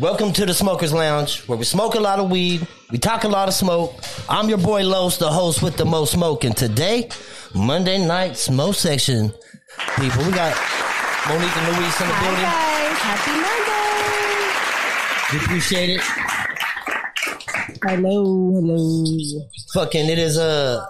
Welcome to the Smokers Lounge, where we smoke a lot of weed, we talk a lot of smoke. I'm your boy Los, the host with the most smoke, and today, Monday night smoke section. People, we got Monique and Luis in the Hi building. guys, happy Monday! We appreciate it. Hello, hello. Fucking, it is uh,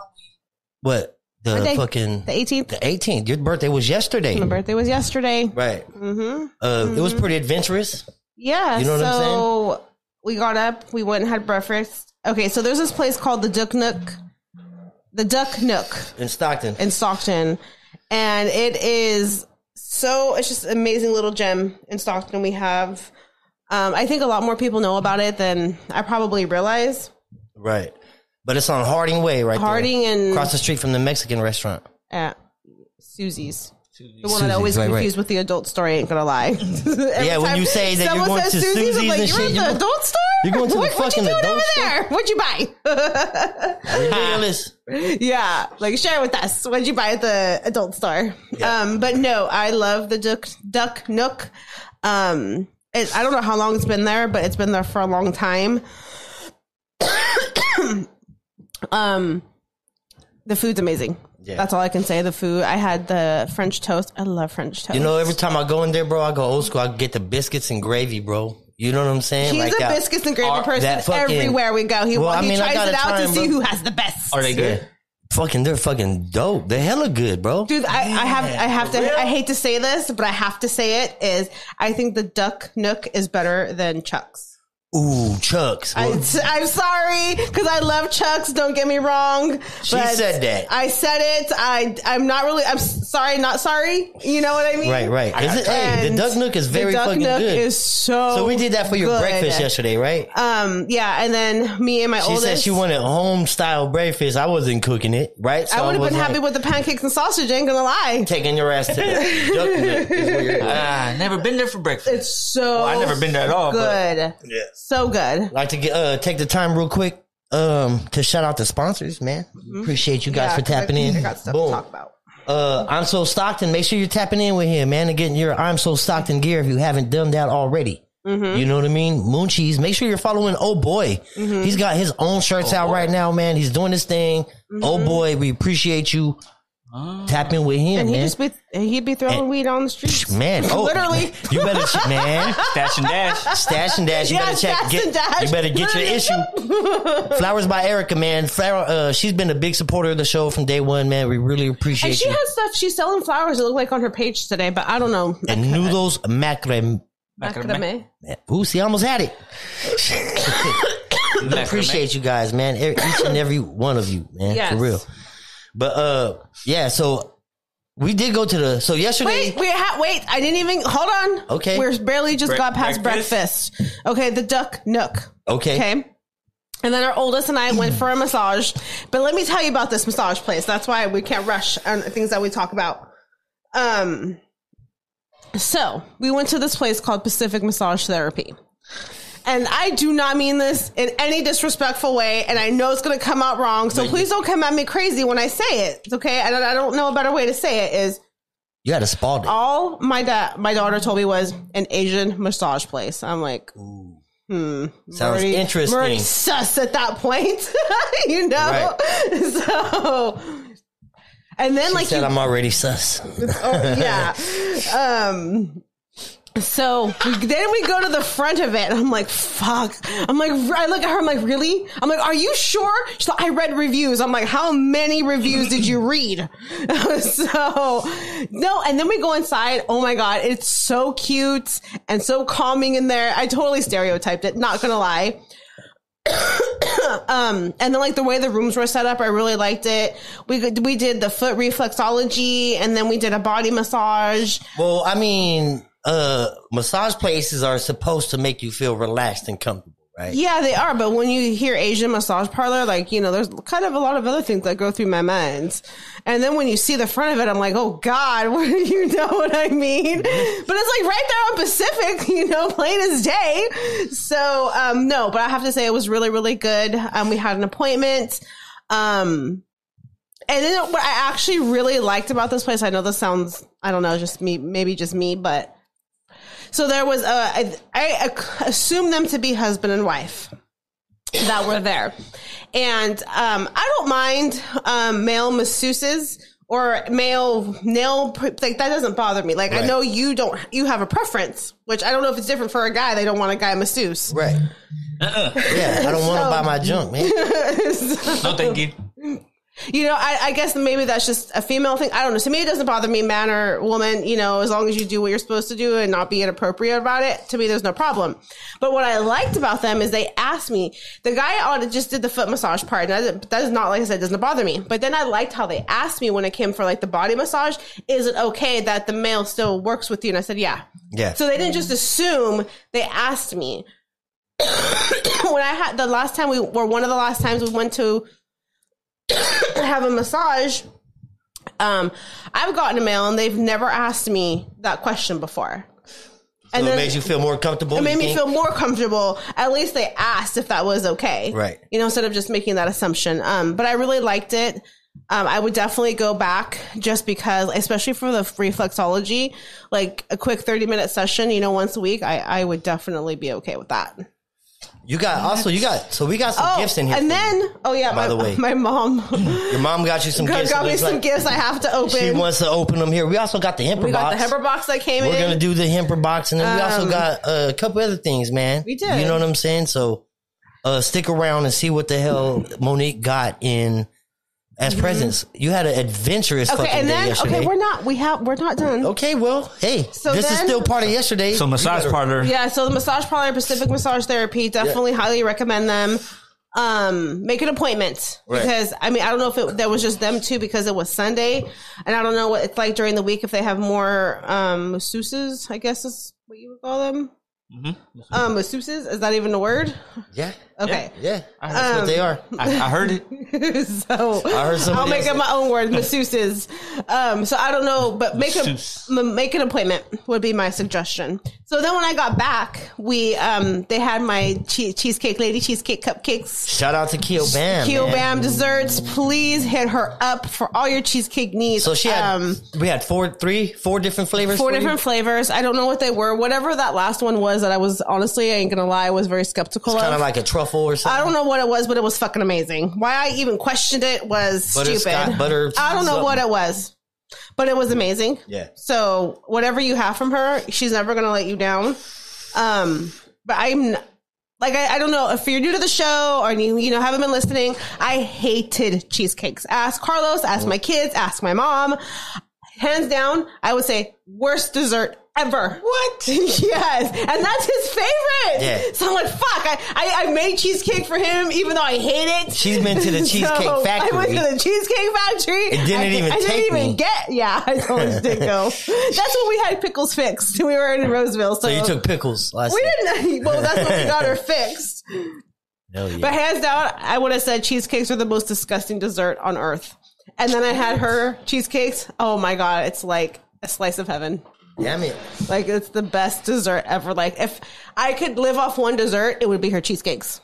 what the What day? fucking The 18th. the 18th. Your birthday was yesterday, My birthday was yesterday. right? Mm-hmm. Uh, it was pretty adventurous. Yeah. You know what I'm so we got up, we went and had breakfast. Okay, so there's this place called the Duck Nook, the Duck Nook in Stockton. in Stockton, and it is so it's just an amazing little gem in Stockton. We have, um, I think a lot more people know about it than I probably realize. Right. But it's on Harding Way right Harding there. and- across the street from the Mexican restaurant. at Susie's. The one that Susie's, I always right, right. confused with the adult store. I ain't gonna lie. Yeah, when you say that you're going to Susie's and you're shit, at you the go- adult store. you're going to the what, fucking what you doing adult over store?" there? What'd you buy? Fearless. yeah, like share with us. What'd you buy at the adult store? Um, but no, I love the Duck Duck Nook. Um, it, I don't know how long it's been there, but it's been there for a long time. um, the food's amazing. Yeah. That's all I can say. The food. I had the French toast. I love French toast. You know, every time I go in there, bro, I go old school. I get the biscuits and gravy, bro. You know what I'm saying? He's a that- biscuits and gravy are- person that fucking- everywhere we go. He, Well, I he mean, I tries gotta it out try to 'em, see bro. who has the best. Yeah. Fucking, they're fucking dope. They're hella good, bro. Dude, I, I have I have to for real? I hate to say this, but I have to say it is I think the duck nook is better than Chuck's. Ooh, Chucks. I, Well, am sorry because I love Chuck's. Don't get me wrong. She said that. I said it. I I'm not really. I'm s- sorry, not sorry. You know what I mean? right, right. Is it, hey, the And Duck Nook is very the duck fucking nook good. Is so. so we did that for your good. breakfast yesterday, right? Um. Yeah, and then me and my she oldest. said she wanted home style breakfast. I wasn't cooking it, right? So I would have was been like, happy with the pancakes and sausage. Ain't gonna lie. taking your ass to the Duck Nook. is where you're at. Ah, never been there for breakfast. It's so. I've never been there at all, but- Good. Yeah. So good. like to get, uh, take the time real quick um, to shout out the sponsors, man. Appreciate you guys for Mm-hmm. 'cause I- tapping in. I got stuff to talk about. Uh, I'm so Stockton. Make sure you're tapping in with him, man, and getting your I'm so Stockton gear if you haven't done that already. Mm-hmm. You know what I mean? Moon cheese. Make sure you're following Oh Boy. Mm-hmm. He's got his own shirts out right now, man. He's doing his thing. Mm-hmm. Oh Boy, we appreciate you tapping with him, And he man. just be he'd be throwing weed on the streets. man, oh, literally. you better, ch- man. Dash and dash. Stash and dash. You Yeah, better check. Stash get, and Dash. You better get your issue. Flowers by Erica, man. Flower, uh, she's been a big supporter of the show from day one, man. We really appreciate And she you. has stuff. She's selling flowers. It looked like on her page today, but I don't know. and noodles macrame. Macrame. Ooh, see, I almost had it. Appreciate you guys, man. E- Each and every one of you, man. Yes. For real. But uh, yeah. So we did go to the. So yesterday. Wait, wait, ha- wait! I didn't even hold on. Okay. we're barely just Bre- got past breakfast. breakfast? Okay, the duck nook. Okay. Okay. And then our oldest and I went for a massage. But let me tell you about this massage place. That's why we can't rush on things that we talk about. Um, so we went to this place called Pacific Massage Therapy. And I do not mean this in any disrespectful way. And I know it's going to come out wrong. So please don't come at me crazy when I say it. Okay. And I I don't know a better way to say it is You had a Spalding. all my da- my daughter told me was an Asian massage place. I'm like, Sounds already- interesting. We're already sus at that point, you know. So, and then She like said you, I'm already sus. yeah. Um. So we, then we go to the front of it, and I'm like, "Fuck!" I'm like, I look at her, I'm like, "Really?" I'm like, "Are you sure?" She's like, "I read reviews." I'm like, "How many reviews did you read?" so no, and then we go inside. Oh my god, it's so cute and so calming in there. I totally stereotyped it. Not gonna lie. um, and then like the way the rooms were set up, I really liked it. We could- we did the foot reflexology, and then we did a body massage. Well, I mean, uh, massage places are supposed to make you feel relaxed and comfortable, right? Yeah, they are. But when you hear Asian massage parlor, like you know, there's kind of a lot of other things that go through my mind. And then when you see the front of it, I'm like, oh God, what do you know what I mean? But it's like right there on Pacific, you know, plain as day. So um, no, but I have to say it was really, really good. Um, we had an appointment. Um, and then what I actually really liked about this place, I know this sounds, I don't know, just me, maybe just me, but So there was a, I, I ac- assume them to be husband and wife that were there. And um, I don't mind um, male masseuses or male nail pr- like that doesn't bother me. Like I Right. know you don't you have a preference, which I don't know if it's different for a guy. They don't want a guy masseuse. Right. Yeah, I don't want to buy my junk, man. No, thank you. You know, I, I guess maybe that's just a female thing. I don't know. To me, it doesn't bother me, man or woman. You know, as long as you do what you're supposed to do and not be inappropriate about it, to me, there's no problem. But what I liked about them is they asked me. The guy on it just did the foot massage part, and that, that is not like I said, doesn't bother me. But then I liked how they asked me when it came for like the body massage, is it okay that the male still works with you? And I said, yeah. Yeah. So they didn't just assume. They asked me when I had the last time we were one of the last times we went to have a massage. Um, I've gotten a mail and they've never asked me that question before. so and it then- makes you feel more comfortable. It you made me think? feel more comfortable. At least they asked if that was okay, Right. You know, instead of just making that assumption. Um, but I really liked it. Um, I would definitely go back just because, especially for the reflexology, like a quick thirty minute session, you know, once a week. I, I would definitely be okay with that. You got also you got so we got some Oh, gifts in here. for and you. then oh yeah, by my, the way. my mom your mom got you some got, gifts. got it me looks some like. gifts I have to open. She wants to open them here. We also got the hemper we got box. the Hemper box that came We're in. gonna do the hemper box, and then we also Um, got uh, a couple other things, man. We did. You know what I'm saying? So uh, stick around and see what the hell Monique got in as presents. You had an adventurous Mm-hmm. okay, fucking and day then yesterday. okay, we're not we have we're not done. Okay, well, hey, So this is then- still part of yesterday. So massage You better- parlor. Yeah, so the massage parlor, Pacific Massage Therapy, definitely highly recommend them. Um, make an appointment Right. because I mean I don't know if it that was just them too because it was Sunday, and I don't know what it's like during the week if they have more um masseuses. I guess is what you would call them. Um, masseuses is that even a word? Mm-hmm. Yeah, Okay, yeah, that's what Um, they are. I, I heard it. so heard somebody I'll make else- up my own word, masseuses. Um, so I don't know, but make a Masseuse. m- make an appointment would be my suggestion. So then when I got back, we um they had my che- cheesecake lady cheesecake cupcakes. Shout out to Keo Bam. Keel man. Bam desserts, please hit her up for all your cheesecake needs. So she had Um, we had four, three, four different flavors. four for you? different flavors. I don't know what they were. Whatever that last one was, that I was honestly, I ain't gonna lie, I was very skeptical Kind of. of like a truffle or something. I don't know what it was, but it was fucking amazing. Why I even questioned it was Butterscotch- stupid. butter- I don't know something. what it was, but it was amazing. Yeah. So whatever you have from her, she's never gonna let you down. Um, but I'm like I, I don't know if you're new to the show or you you know haven't been listening. I hated cheesecakes. Ask Carlos. Ask my kids. Ask my mom. Hands down, I would say worst dessert ever. What? yes, and that's his favorite. Yeah. So I'm like, fuck. I, I I made cheesecake for him, even though I hate it. She's been to the Cheesecake Uh, I went to Factory. the Cheesecake Factory. It didn't I, even I take didn't even me. get. Yeah, I totally did go. That's when we had pickles fixed. We were in Roseville, So so, you took pickles last we night. didn't. Well, that's when we got her fixed. No, yeah. But hands down, I would have said cheesecakes are the most disgusting dessert on earth. And then I had her cheesecakes. Oh my god, it's like a slice of heaven. Damn it. Like it's the best dessert ever. Like if I could live off one dessert, it would be her cheesecakes.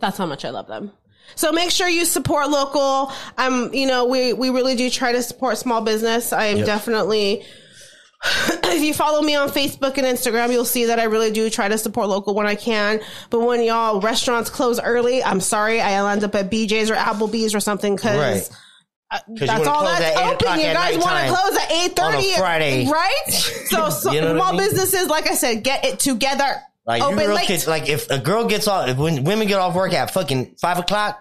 That's how much I love them. So make sure you support local. I'm, you know, we we really do try to support small business. I am Yep. definitely if you follow me on Facebook and Instagram, you'll see that I really do try to support local when I can. But when y'all restaurants close early, I'm sorry, I'll end up at BJ's or Applebee's or something because Right. you that's wanna all close that's at 8 open. o'clock You at guys want nighttime to close at eight on a thirty Friday. right? So, so You know what I small mean? businesses, like I said, get it together. Like you open girls late. could- like if a girl gets off if when women get off work at fucking five o'clock,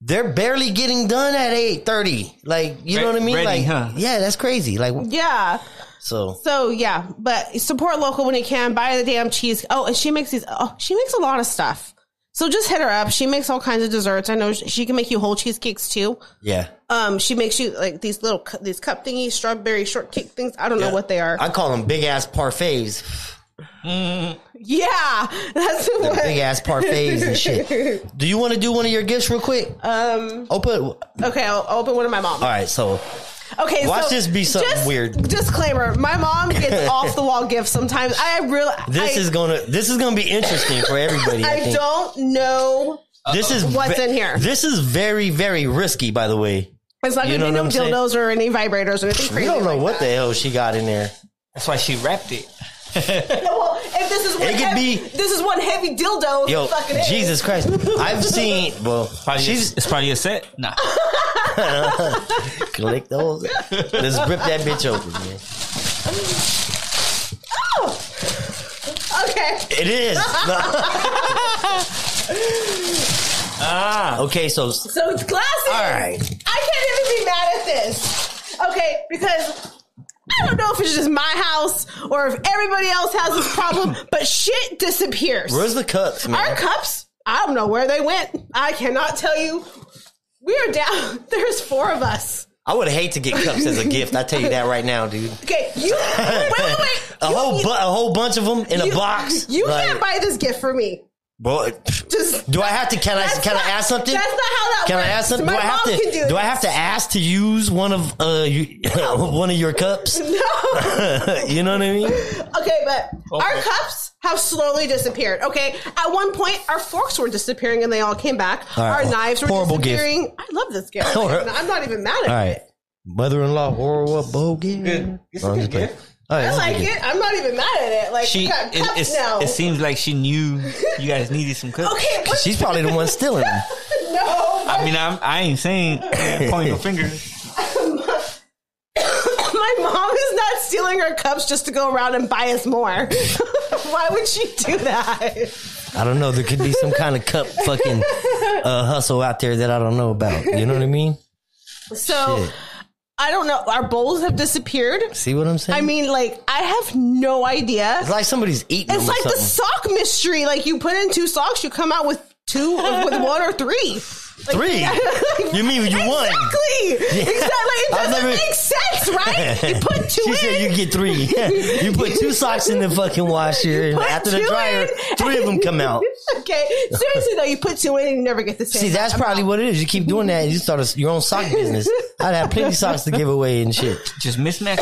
they're barely getting done at eight thirty. Like you know Re- what I mean? ready, like huh? yeah, that's crazy. Like yeah. so So yeah, but support local when you can. Buy the damn cheese. Oh, and she makes these. Oh, she makes a lot of stuff. So just hit her up. She makes all kinds of desserts. I know sh- she can make you whole cheesecakes too. yeah. Um, she makes you like these little cu- these cup thingy, strawberry shortcake things. I don't know what they are. I call them big ass parfaits. yeah, that's what. Big ass parfaits and shit. Do you want to do one of your gifts real quick? Um open all Okay, I'll, I'll open one of my mom. right, so Okay, Watch so this be something just- weird. Disclaimer: My mom gets off the wall gifts sometimes. I really this I, is gonna this is gonna be interesting for everybody. I, I think. don't know. this is What's in here? This is very, very risky, by the way. It's not You gonna be know no what I'm saying? dildos or any vibrators or anything We crazy. don't know like what that. the hell she got in there. That's why she wrapped it. well, if this is one It could heavy, be- this is one heavy dildo. Yo, fucking is. Jesus Christ. I've seen, well, Probably she's, a, it's probably a set. Nah. click those. Let's rip that bitch open, man. Okay. It is. Ah. okay, so, So it's classic. all right. I can't even be mad at this. Okay, because I don't know if it's just my house or if everybody else has this problem, but shit disappears. Where's the cups, Our man? cups, I don't know where they went. I cannot tell you. We are down. There's four of us. I would hate to get cups as a gift. I tell you that right now, dude. Okay, you wait, wait, wait. A You- whole bu- a whole bunch of them in you- a box. You Like, can't buy this gift for me. boy, Just do I have to? Can I? That's Can not- I ask something? That's not how that Can works. I ask something? My do I have mom to? can do do I it. have to ask to use one of uh you, one of your cups? No. you know what I mean? Okay, but our Okay. cups have slowly disappeared. Okay, at one point our forks were disappearing and they all came back. All right, Our well, knives were horrible gift. disappearing. I love this gift. All right. I'm not even mad at All it. right, mother-in-law oral what bogan? Good. It's a I'm good just playing. gift. All right, Oh, I it's a like good gift. it. I'm not even mad at it. Like She, we got it, cups it's, now. it seems like she knew you guys needed some cookies. okay, what? She's probably the one stealing them. no. I mean, I'm, I ain't saying point your finger. My mom is not stealing her cups just to go around and buy us more. Why would she do that? I don't know. There could be some kind of cup fucking uh, hustle out there that I don't know about. You know what I mean? So Shit. I don't know. Our bowls have disappeared. See what I'm saying? I mean, like I have no idea. it's like somebody's eating. them or It's like the something. sock mystery. Like you put in two socks, you come out with two, with one or three. Three? you mean you won? Exactly. Exactly. It I've doesn't never- make sense, right? You put two she in. said you get three. you put two socks in the fucking washer, and put after the two dryer, in. three of them come out. okay. Seriously though, you put two in and you never get the same. See, that's probably what it is. You keep doing that, and you start a, your own sock business. I'd have plenty of socks to give away and shit. Just mismatch.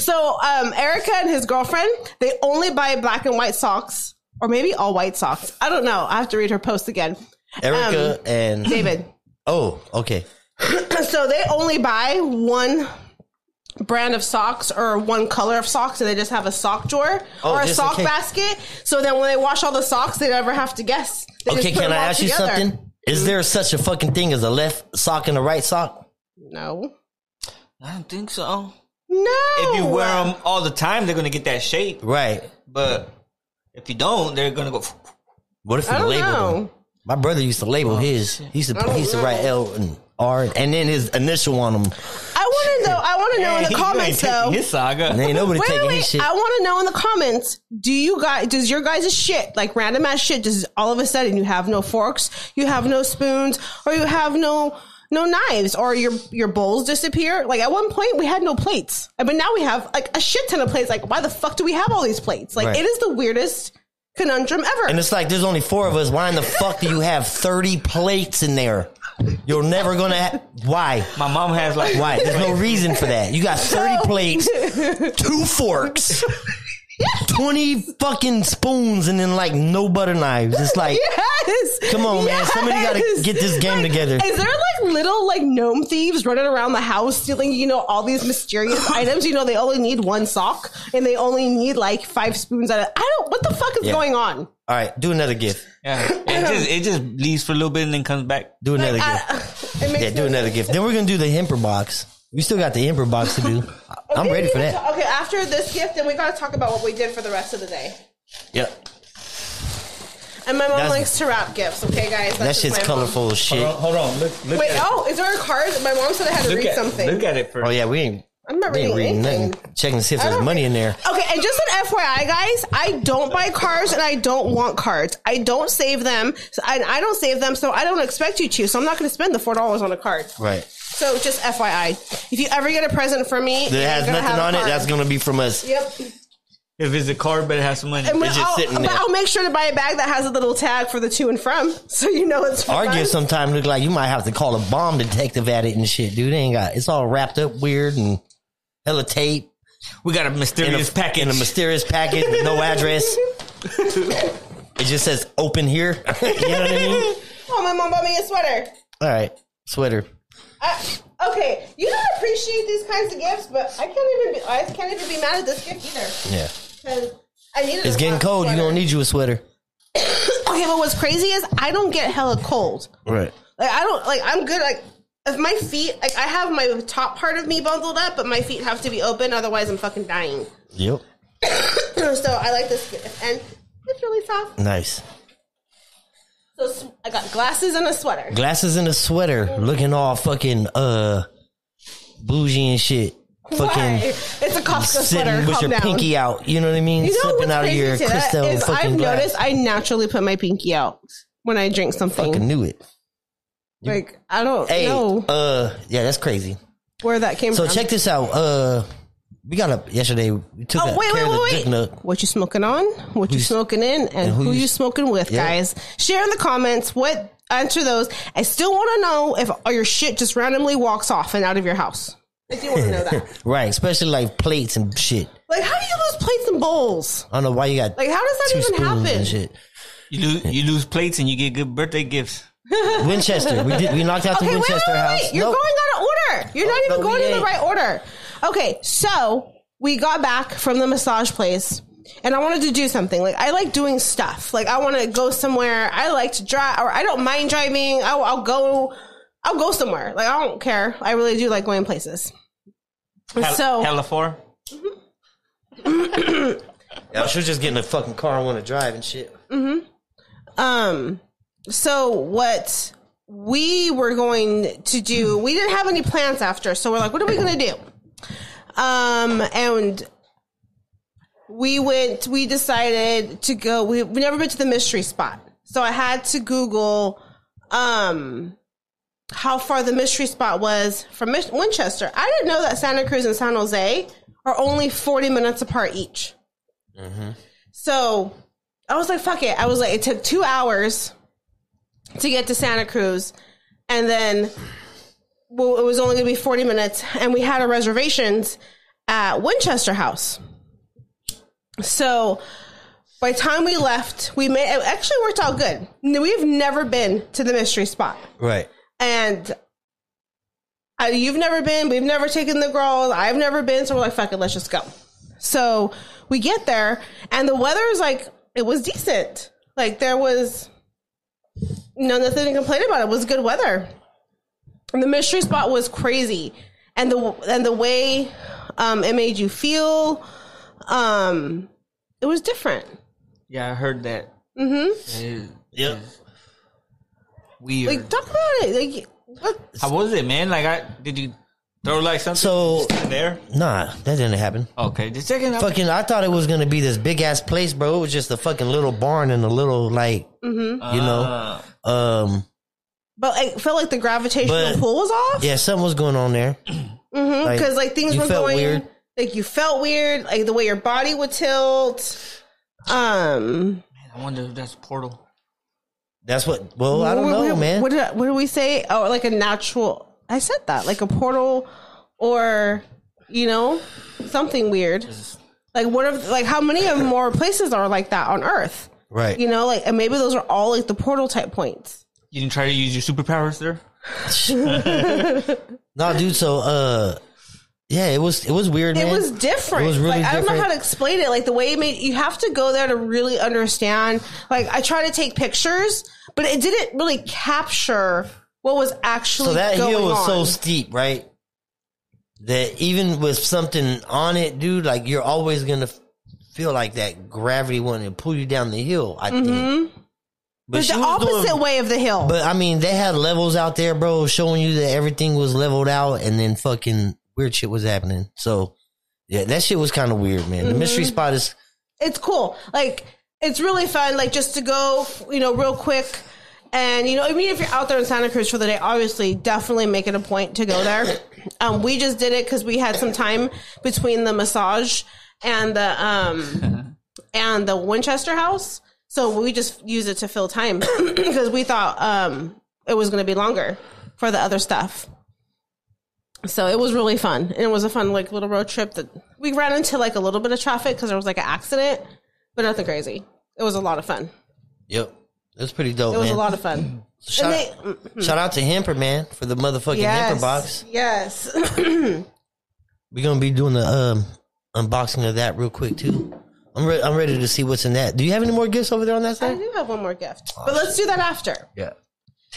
So um, Erica and his girlfriend, they only buy black and white socks, or maybe all white socks. I don't know. I have to read her post again. Erica Um, and David. oh, okay, so they only buy one brand of socks or one color of socks and they just have a sock drawer Oh, or a just in sock case. basket so then when they wash all the socks they never have to guess They just okay. put Can I them all ask you together. something? Is there such a fucking thing as a left sock and a right sock? no I don't think so. no If you wear them all the time, they're gonna get that shape. Right. But if you don't, they're gonna go. What if you i don't label them? know Oh, My brother used to label his. He used to don't he used to write L and R and then his initial on them. i want to know i want to know in You the ain't comments taking though His saga. And ain't nobody Wait, taking wait, wait. his shit. I want to know in the comments. Do you guys? Does your guys' shit like random ass shit? Just all of a sudden you have no forks, you have no spoons, or you have no no knives, or your your bowls disappear? Like at one point we had no plates, but now we have like a shit ton of plates. Like why the fuck do we have all these plates? Like Right. it is the weirdest conundrum ever. And it's like there's only four of us. Why in the fuck do you have 30 plates in there? You're never gonna. Ha- Why? My mom has like Why? There's no reason for that. You got 30 plates, two forks, 20 fucking spoons, and then like no butter knives. It's like, Yes. come on, man. Somebody gotta Yes. get this game together. Is there like little like gnome thieves running around the house stealing, you know, all these mysterious items? You know, they only need one sock and they only need like five spoons out of I don't what the fuck is Yeah. going on? All right, do another gift. Yeah. It just it just leaves for a little bit and then comes back. Do another gift. I- it makes Yeah, do no- another gift. Then we're gonna do the hemper box. We still got the hemper box to do. I'm Okay, ready we for gotta that. talk- Okay, after this gift, then we gotta talk about what we did for the rest of the day. Yep. And my mom That's- likes to wrap gifts, okay guys? That That's just shit's my mom. colorful as shit. hold on. Look, look Wait, oh, is there a card? My mom said I had to look read at, something. Look at it first. Oh yeah, we ain't I'm not we ain't reading reading anything. nothing. Checking to see if there's don't- money in there. Okay, and just an FYI, guys, I don't buy cards and I don't want cards. I don't save them. So I, I don't save them, so I don't expect you to. So I'm not going to spend the four dollars on a card. Right. So just FYI, if you ever get a present from me, That you're has gonna nothing have a on it, card. that's gonna be from us. Yep. If it's a card, better have some money. And It's just I'll, sitting but there. I'll make sure to buy a bag that has a little tag for the to and from, so you know it's from Our us. gift sometimes look like you might have to call a bomb detective at it and shit, dude. They ain't got it's all wrapped up weird and hella tape we got a in a, mysterious package. in a mysterious package with no address. it just says open here. you know what I mean? Oh, my mom bought me a sweater. All right. Sweater. I, okay, you don't appreciate these kinds of gifts, but I can't even be, I can't even be mad at this gift either. Yeah. 'Cause I needed It's a getting warm cold. You're sweater. going to need you a sweater. Okay, but what's crazy is I don't get hella cold. Right. Like I don't like I'm good like if my feet like I have my top part of me bundled up, but my feet have to be open, otherwise I'm fucking dying. Yep. so I like this and it's really soft. Nice. So s- I got glasses and a sweater. Glasses and a sweater, looking all fucking uh bougie and shit. Fucking Why? It's a Costco sweater. sitting with Calm your down. pinky out. You know what I mean? You know Slipping what's out of crazy your to that crystal is fucking I've glass. noticed I naturally put my pinky out when I drink something. fucking knew it. like I don't Hey, know uh, yeah, that's crazy. where that came So from. check this out. Uh, we got up yesterday. We took Oh a wait, care of the wait, wait, dick wait! nook. What you smoking on? What you Who's- smoking in? And, who who, you- you smoking with, Yeah. guys? Share in the comments what answer those. I still want to know if all your shit just randomly walks off and out of your house. I do want to know that. Right, especially like plates and shit. Like, how do you lose plates and bowls? I don't know why you got Like, how does that two even spoons happen? and shit. You lose, you lose plates and you get good birthday gifts. Winchester. We did. We knocked out Okay, the wait, wait, Winchester wait, house. wait! You're Nope. going out of order. You're not no, even we going in ain't. the right order. Okay, so we got back from the massage place. And I wanted to do something. Like I like doing stuff. Like I want to go somewhere. I like to drive, or I don't mind driving. I'll, I'll go. I'll go somewhere. Like I don't care. I really do like going places. Hell, so hella four. Yeah, she was just getting a fucking car and want to drive and shit. Um, so what we were going to do, we didn't have any plans after, so we're like, what are we gonna do? Um, and we went, we decided to go, we, we never been to the mystery spot. So I had to Google, um, how far the mystery spot was from Mich- Winchester. I didn't know that Santa Cruz and San Jose are only 40 minutes apart each. So I was like, fuck it. I was like, it took two hours to get to Santa Cruz. And then well, it was only going to be 40 minutes. And we had our reservations at Winchester House. So by the time we left, we made it actually worked out good. We've never been to the mystery spot. Right. And I, you've never been, we've never taken the girls, I've never been, so we're like, fuck it, let's just go. So we get there, and the weather is like, it was decent. Like, there was no nothing to complain about. It was good weather. And the mystery spot was crazy. And the and the way um, it made you feel, um, it was different. Yeah, I heard that. Mm-hmm. Yep. Weird. Like talk about it. Like what? How was it, man? Like, I did you throw like something So in there? nah, that didn't happen. Okay, just checking out. Fucking, I thought it was gonna be this big ass place, bro. It was just a fucking little barn and a little like, Mm-hmm. you know, um, But I felt like the gravitational But- pull was off. yeah, something was going on there. Like, because Mm-hmm, like things you were felt going weird? like you felt weird like the way your body would tilt um I wonder if that's portal. That's what. Well, I don't what- know, what, man. what did, I- what did we say oh like a natural i said that like a portal or you know something weird like what if like how many of more places are like that on earth Right. you know like and maybe those are all like the portal type points You didn't try to use your superpowers there. No, dude. So, uh, yeah, it was it was weird. it man. was different. It was really like, I don't know different. how to explain it. Like the way it made you have to go there to really understand. Like I try to take pictures, but it didn't really capture what was actually so that going hill was on. so steep, right? That even with something on it, dude, like you're always gonna f- feel like that gravity wanting to pull you down the hill. I think. Mm-hmm. but she the was doing- opposite way of the hill. But I mean, they had levels out there, bro, showing you that everything was leveled out, and then fucking weird shit was happening. So, yeah, that shit was kind of weird, man. The mystery Mm-hmm. spot is it's cool. Like it's really fun. Like just to go, you know, real quick. And you know, I mean, if you're out there in Santa Cruz for the day, obviously, definitely make it a point to go there. Um, we just did it because we had some time between the massage and the um and the Winchester House, so we just used it to fill time because we thought um it was going to be longer for the other stuff. So it was really fun. And it was a fun like little road trip that we ran into like a little bit of traffic because there was like an accident, but nothing crazy. It was a lot of fun. yep, it was pretty dope. It was man. a lot of fun. Shout, and they- Hmm. shout out to Hamper man for the motherfucking Hamper Yes. box. Yes. We're gonna be doing the um, unboxing of that real quick too. I'm re- I'm ready to see what's in that. Do you have any more gifts over there on that I side? do have one more gift, but let's do that after. Yeah.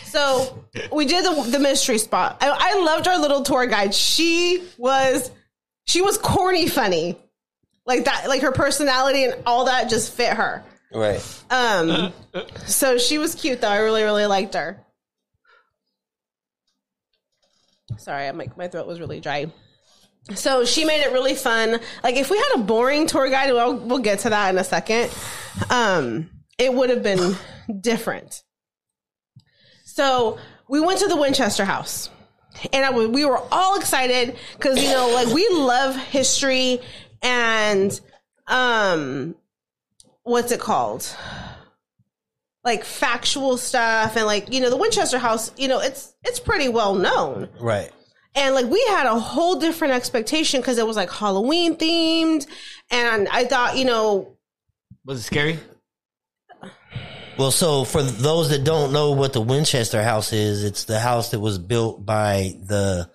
So we did the, the mystery spot. I, I loved our little tour guide. She was she was corny funny, like that. Like her personality and all that just fit her. Right. Um, so she was cute though. I really really liked her. Sorry, I'm like my throat was really dry. So she made it really fun. Like if we had a boring tour guide, we'll we'll get to that in a second. Um, it would have been different. So we went to the Winchester House, and I w- we were all excited because you know, like we love history and um, what's it called? Like factual stuff, and like you know, the Winchester House. You know, it's it's pretty well known. Right. And like we had a whole different expectation because it was like Halloween themed. And I thought, you know, Was it scary? Well, so for those that don't know what the Winchester House is, it's the house that was built by the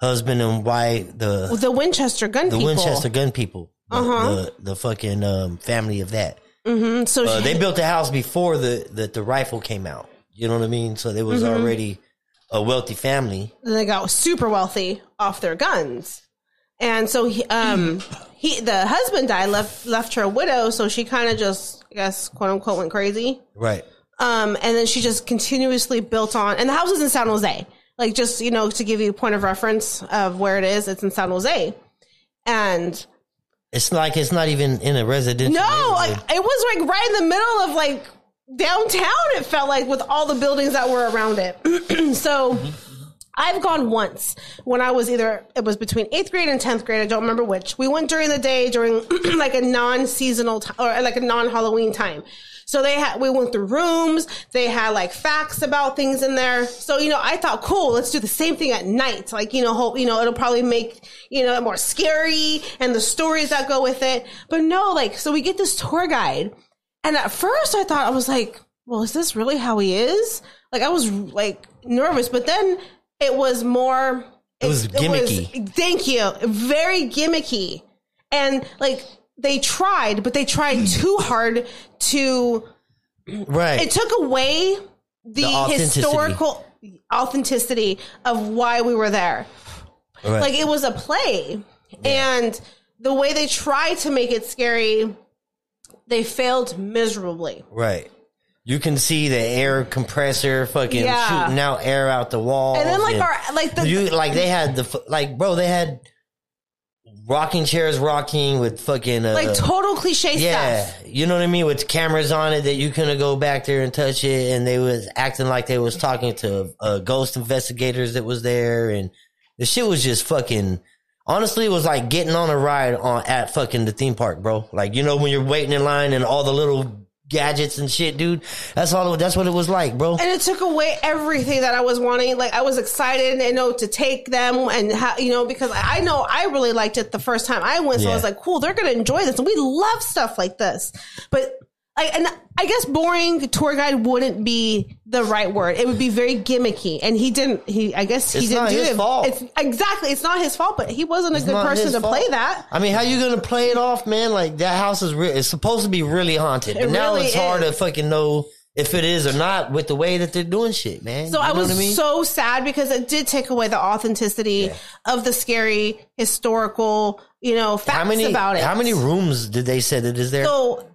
husband and wife, the the Winchester gun the people. Uh-huh. Winchester gun people, the, the, the fucking um, family of that. And so Uh, she- they built the house before the, the the rifle came out. You know what I mean? So they Mm-hmm. was already a wealthy family. they got super wealthy off their guns. And so he, um, he the husband died, left left her a widow, so she kind of just, I guess, quote unquote, went crazy. Right. Um, and then she just continuously built on, and the house is in San Jose. Like, just, you know, to give you a point of reference of where it is, it's in San Jose. And It's like it's not even in a residential. no, uh, like, neighborhood. it was like right in the middle of like downtown, it felt like with all the buildings that were around it. so I've gone once when I was either, it was between eighth grade and 10th grade. I don't remember which. We went during the day during like a non seasonal time or like a non Halloween time. So they had, we went through rooms. They had like facts about things in there. So, you know, I thought, cool, let's do the same thing at night. Like, you know, hope, you know, it'll probably make, you know, it more scary and the stories that go with it. But no, like, so we get this tour guide. And at first I thought, I was like, well, is this really how he is? Like, I was like nervous, but then it was more. It, was was- thank you. Very gimmicky. And like, they tried, but they tried Hmm. too hard to. right. It took away the, The authenticity. historical authenticity of why we were there. right. Like, it was a play. And the way they tried to make it scary, they failed miserably. right. You can see the air compressor fucking Yeah. shooting out air out the wall. And then like our like the you like they had the fu- like bro they had rocking chairs rocking with fucking uh, like total cliche yeah stuff. you know what I mean with cameras on it that you couldn't go back there and touch it and they was acting like they was talking to uh, ghost investigators that was there and the shit was just fucking honestly it was like getting on a ride on at fucking the theme park bro like you know when you're waiting in line and all the little gadgets and shit dude that's all that's what it was like bro And it took away everything that I was wanting. Like I was excited and you know to take them and how you know because I I know I really liked it the first time I went. So I Yeah. was like, cool, they're gonna enjoy this, and we love stuff like this. But I and I guess boring tour guide wouldn't be the right word. It would be very gimmicky, and he didn't. He I guess he It's didn't not do his it. fault. It's exactly it's not his fault, but he wasn't a good not person his to fault. play that. I mean, how you gonna play it off, man? Like that house is re- it's supposed to be really haunted, but It now really it's hard to is. fucking know if it is or not with the way that they're doing shit, man. So You I know was what mean? so sad because it did take away the authenticity of the scary historical, you know, facts how many about it. how many rooms did they say that is there? So,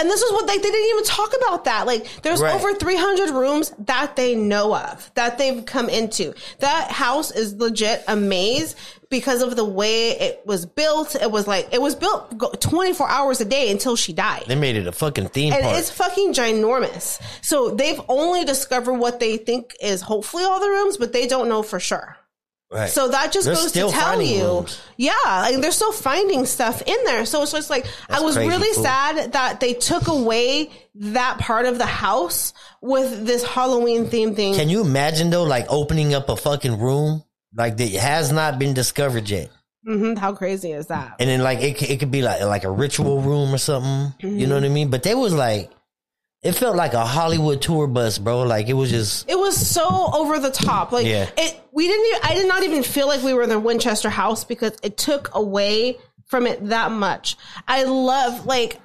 and this is what like they didn't even talk about that. Like there's Right. over 300 rooms that they know of that they've come into. That house is legit a maze because of the way it was built. It was like it was built go- 24 hours a day until she died. they made it a fucking theme And park. it's fucking ginormous. So they've only discovered what they think is hopefully all the rooms, but they don't know for sure. Right. So that just They're goes to still tell finding you, rooms. yeah, like they're still finding stuff in there. So it's just like I was crazy, really fool. sad that they took away that part of the house with this Halloween theme thing. Can you imagine though, like opening up a fucking room like that has not been discovered yet, Mhm, how crazy is that? and then like it c- it could be like like a ritual room or something. You know what I mean? But they was like, it felt like a Hollywood tour bus, bro. Like it was just It was so over the top. Like Yeah. it, we didn't. Even, I did not even feel like we were in the Winchester House because it took away from it that much. I love like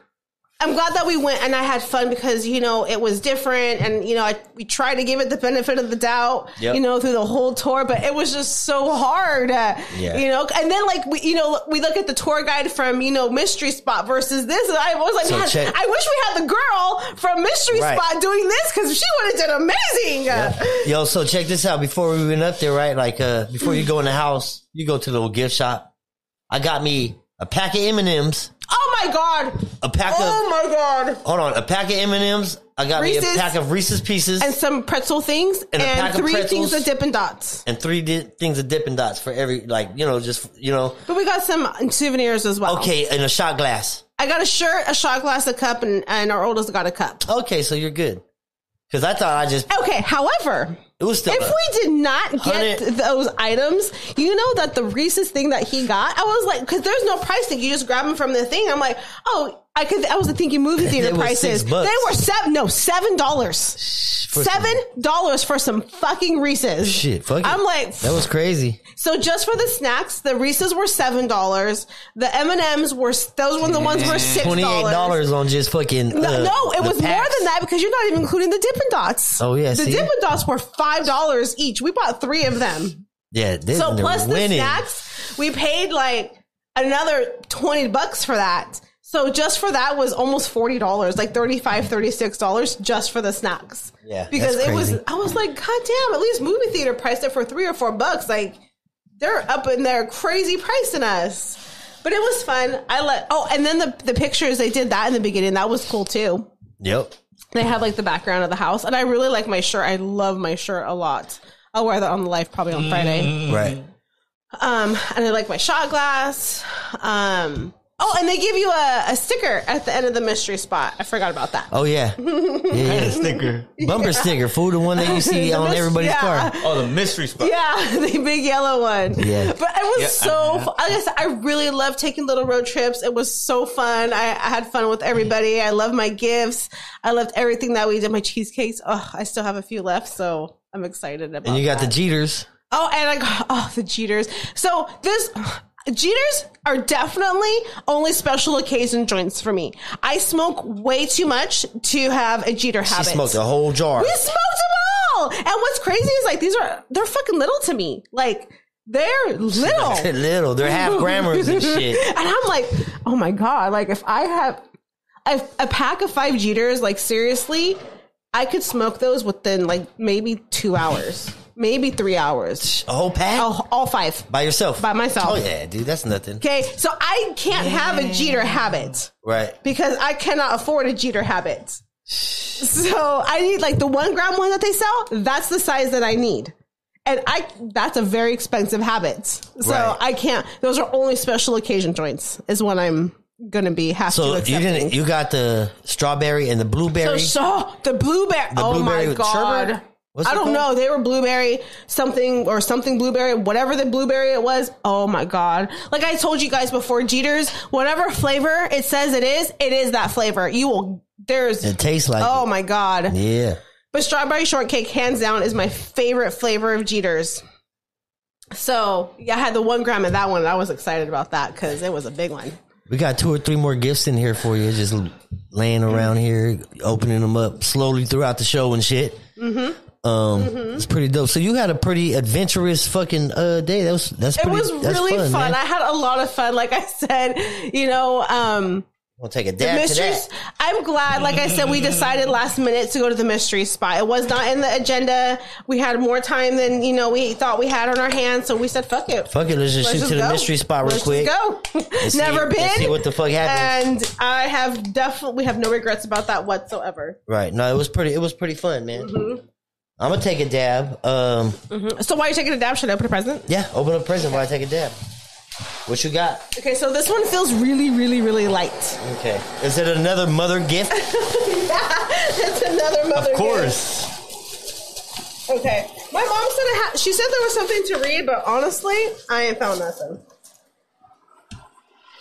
I'm glad that we went and I had fun because you know it was different and you know I, we tried to give it the benefit of the doubt Yep. you know through the whole tour but it was just so hard uh, Yeah. you know and then like we you know we look at the tour guide from you know Mystery Spot versus this and I was like So man, check- I wish we had the girl from Mystery Right. Spot doing this because she would have did amazing Yo, so check this out. Before we went up there, right? Like, uh, before you go in the house, you go to the little gift shop. I got me a pack of M and M's, oh my god a pack oh of my god hold on, a pack of M and M's. I got me Reese's. a pack of Reese's Pieces and and, some pretzel things And and, a pack of three pretzels. things of Dippin' Dots three di- things of Dippin' Dots for every like you know just you know but we got some souvenirs as well okay and a shot glass. I got a shirt, a shot glass, a cup, and, and our oldest got a cup. Okay, so you're good. Because I thought I just Okay, however, it was still if we did not get Hundred- those items, you know that the Reese's thing that he got, I was like, because there's no price tag. You just grab them from the thing. I'm like, oh, I could. I was thinking movie theater were prices. six They bucks. were seven. No, seven dollars. for Seven dollars for some fucking Reese's. shit. Fuck it. I'm like, that was crazy. so just for the snacks, the Reese's were seven dollars. The M and M's were those were the ones were six Twenty eight dollars on just fucking No, uh, no, it the was more packs. than that because you're not even including the Dippin' Dots. Oh, yeah, the see? Dippin' Dots were five dollars each. We bought three of them. Yeah, this So plus the winning. snacks, we paid like another twenty bucks for that. So just for that was almost forty dollars, like $35, 36 dollars just for the snacks. Yeah, that's because it was. crazy. I was like, God damn! At least movie theater priced it for three or four bucks. Like they're up in there crazy pricing us. But it was fun. I let. Oh, and then the the pictures they did that in the beginning. That was cool too. Yep. They have like the background of the house, and I really like my shirt. I love my shirt a lot. I'll wear that on the live probably on Mm. Friday. Right. Um, and I like my shot glass. Um, oh, and they give you a, a sticker at the end of the mystery spot. I forgot about that. Oh yeah. Yeah, yeah. Sticker. Bumper sticker, fool, the one that you see The on mis- everybody's yeah. car. Oh, the mystery spot. Yeah, the big yellow one. Yeah. But it was Yeah, so I- fun. Like I said, I really love taking little road trips. It was so fun. I, I had fun with everybody. I love my gifts. I loved everything that we did. My cheesecakes. Oh, I still have a few left, so I'm excited about And you got that. the Jeters. Oh, and I got oh the Jeters. So this Jeters are definitely only special occasion joints for me. I smoke way too much to have a Jeter She habit. smoked a whole jar. We smoked them all. And what's crazy is like these are they're fucking little to me. Like they're little. They're little. They're half grammars and shit. And I'm like, oh my god! Like if I have a, a pack of five Jeters, like seriously, I could smoke those within like maybe two hours, maybe three hours. A whole pack? Oh, all five. By yourself. By myself. Oh yeah, dude, that's nothing. Okay, so I can't have a Jeter habit Right. because I cannot afford a Jeter habit. So I need like the one gram one that they sell. That's the size that I need, and I that's a very expensive habit. So Right. I can't. Those are only special occasion joints. Is what I'm gonna be have So to you accept. didn't you got the strawberry and the So, blueberry. Oh, so the blueberry. oh blueberry my with god. sherbet? What's I it don't know. called? They were blueberry something or something blueberry, whatever the blueberry it was. Oh my god! Like I told you guys before, Jeters, whatever flavor it says it is, it is that flavor. You will. There's. it tastes like Oh my god! it. Yeah. But strawberry shortcake, hands down, is my favorite flavor of Jeters. So yeah, I had the one gram of that one. and I was excited about that because it was a big one. We got two or three more gifts in here for you, just laying around here, opening them up slowly throughout the show and shit. Mm-hmm. Um, Mm-hmm. it's pretty dope. So you had a pretty adventurous fucking uh day. That was that's It pretty, was that's really fun. man. I had a lot of fun. Like I said, you know, um, We'll take a dab to mysteries. that. I'm glad, like I said, we decided last minute to go to the mystery spot. It was not in the agenda. We had more time than you know we thought we had on our hands, so we said, "Fuck it." Fuck it, let's just Let's shoot just to the go. mystery spot real Let's quick. Just go. And see- Never and been. see what the fuck happens. And I have definitely, we have no regrets about that whatsoever. Right. No, it was pretty it was pretty fun, man. Mm-hmm. I'm gonna take a dab. Um So while you're taking a dab, should I open a present? yeah, open up present while I take a dab. What you got? Okay, so this one feels really, really, really light. Okay. Is it another mother gift? it's another mother. of course. gift. Okay. My mom said I ha- she said there was something to read, but honestly, I ain't found nothing.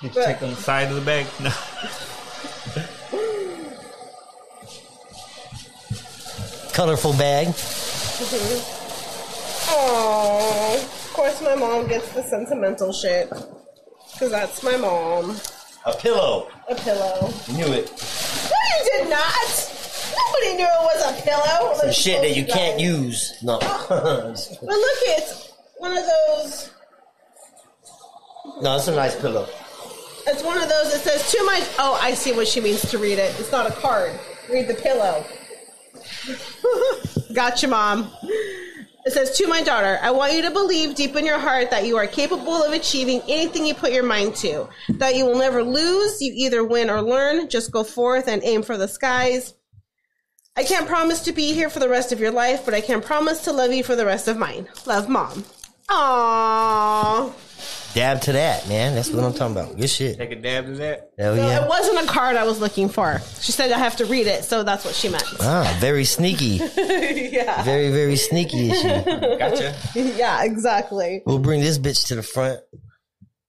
You check on the side of the bag. No. Colorful bag. Oh, of course, my mom gets the sentimental shit because that's my mom. A pillow. A pillow. Knew it. did not. Nobody knew it was a pillow. Some shit that you can't use. No. no, But look, it's one of those. it's a nice pillow. It's one of those that says to my. Oh, I see what she means to read it. It's not a card. Read the pillow. gotcha, mom. It says to my daughter, I want you to believe deep in your heart that you are capable of achieving anything you put your mind to. That you will never lose. You either win or learn. Just go forth and aim for the skies. I can't promise to be here for the rest of your life, but I can promise to love you for the rest of mine. Love, mom. Aww. Dab to that, man. That's what I'm talking about. Good shit. Take a dab to that. Hell No, yeah. It wasn't a card I was looking for. She said I have to read it, so that's what she meant. Ah, very sneaky. yeah. Very, very sneaky issue. Gotcha. Yeah, exactly. We'll bring this bitch to the front.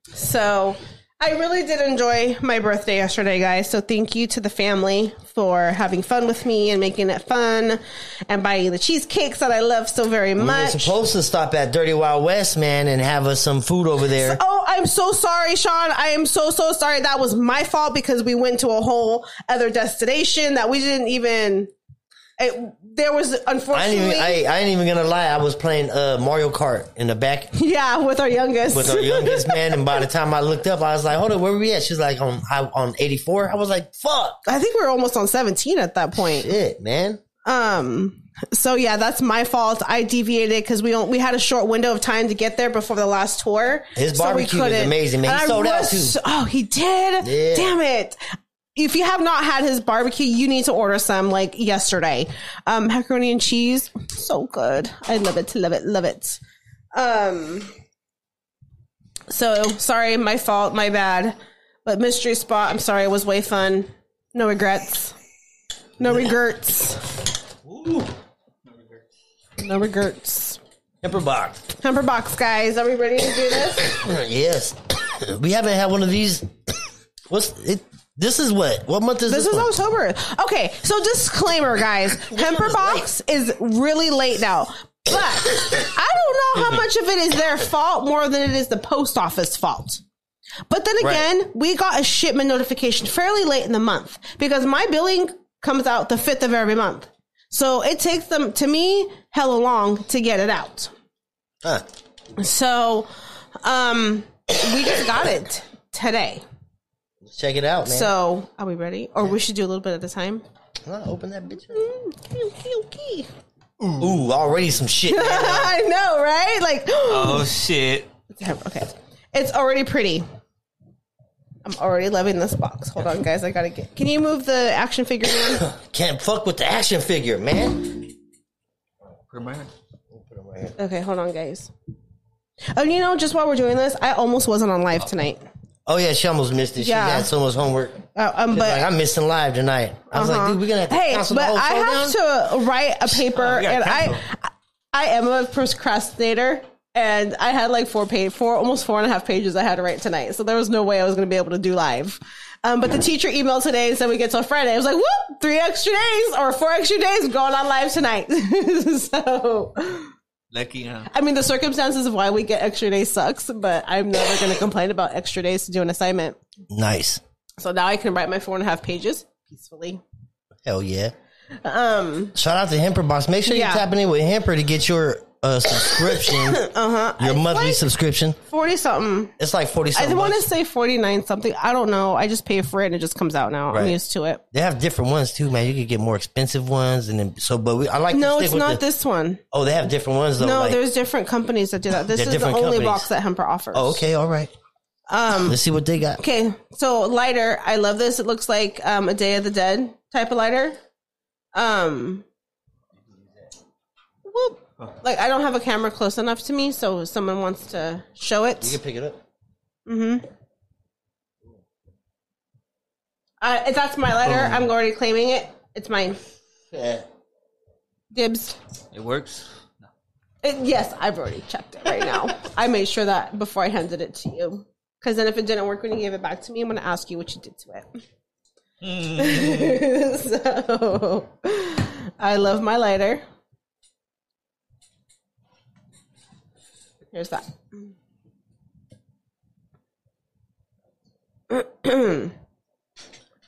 So I really did enjoy my birthday yesterday, guys. So thank you to the family for having fun with me and making it fun and buying the cheesecakes that I love so very We were much. supposed to stop at Dirty Wild West, man, and have us some food over there. Oh, I'm so sorry, Sean. I am so, so sorry. That was my fault because we went to a whole other destination that we didn't even. It, there was I ain't unfortunately, even. I, I ain't even gonna lie. I was playing uh, Mario Kart in the back yeah, with our youngest. with our youngest man, and by the time I looked up, I was like, "Hold up, where we at?" She's like, "On high- on eighty four. I was like, "Fuck I think we were almost on 17 at that point. it, man." Um, so yeah, that's my fault. I deviated because we don't, we had a short window of time to get there before the last tour. His so we barbecue is couldn't. amazing, man. And He I sold out, was too. so- Oh, he did. Yeah. Damn it. If you have not had his barbecue, you need to order some like yesterday. Um, macaroni and cheese, so good. I love it, love it, love it. Um, so sorry, my fault, my bad. But mystery spot, I'm sorry, it was way fun. No regrets. No regrets. No regrets. Pepper box. Humper box, guys. Are we ready to do this? yes, we haven't had one of these. What's it? This is what? What month is this? This is one? October. Okay, so disclaimer, guys. Humper box is really late now. But I don't know how much of it is their fault more than it is the post office fault. But then again, we got a shipment notification fairly late in the month because my billing comes out the 5th of every month. So it takes them, to me, hella long to get it out. Huh. So, um, we just got it today. Check it out, man. So, are we ready? Or we should do a little bit at a time. Huh, open that bitch. Up. Okay, okay, okay. Ooh, already some shit. man. I know, right? Like, Oh shit. okay, it's already pretty. I'm already loving this box. Hold on, guys. I gotta get. Can you move the action figure? Man? Can't fuck with the action figure, man. Put him right. Put it right here. Okay, hold on, guys. And you know, just while we're doing this, I almost wasn't on live tonight. Oh yeah, she almost missed it. She Yeah. had so much homework. Uh, um, but Like, I'm missing live tonight. I was like, Uh-huh. dude, we're gonna have to hey, cancel but the whole I show have down? to write a paper, Oh, we gotta and I, cancel. I, I am a procrastinator, and I had like four page, four almost four and a half pages I had to write tonight, so there was no way I was going to be able to do live. Um, but the teacher emailed today and said we get till Friday. I was like, whoop, three extra days or four extra days going on live tonight. so, Lucky, huh? I mean, the circumstances of why we get extra days sucks, but I'm never going to complain about extra days to do an assignment. Nice. So now I can write my four and a half pages peacefully. Hell yeah. Um, Shout out to Hemper Boss. Make sure Yeah. you're tapping in with Hemper to get your uh, subscription. Uh-huh. uh huh. Your monthly subscription. 40 something. It's like forty I something. want to bucks. say 49 something. I don't know. I just pay for it and it just comes out now. I'm Right. used to it. They have different ones too, man. You could get more expensive ones, and then so. But we, I like. No, to stick it's with not the- this one. Oh, they have different ones though. No, like- there's different companies that do that. This They're is the different only companies. box that Hemper offers. Oh, okay, all right. Um, let's see what they got. Okay. So lighter. I love this. It looks like um, a Day of the Dead type of lighter. Um, whoop. Like I don't have a camera close enough to me, so if someone wants to show it. You can pick it up. Uh, if that's my lighter. I'm already claiming it. It's mine. Yeah. Dibs. It works. It, yes, I've already checked it right now. I made sure that before I handed it to you. Because then if it didn't work when you gave it back to me, I'm going to ask you what you did to it. so, I love my lighter. Here's that. All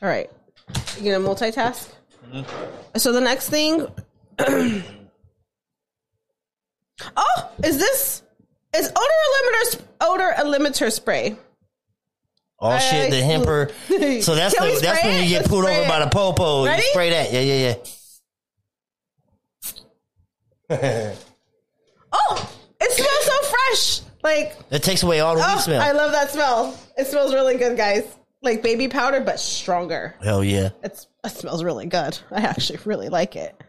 right. you know, multitask. So the next thing. oh, is this? Is odor eliminator odor eliminator spray? All shit the hamper. So that's Can we the, that's spray when you it? get Let's pulled spray over it. by the popo. You Ready? spray that. Yeah, yeah, yeah. Oh, it smells so fresh. Like, It takes away all the oh, weed smell. I love that smell. It smells really good, guys. Like baby powder, but stronger. Hell yeah. It's, it smells really good. I actually really like it.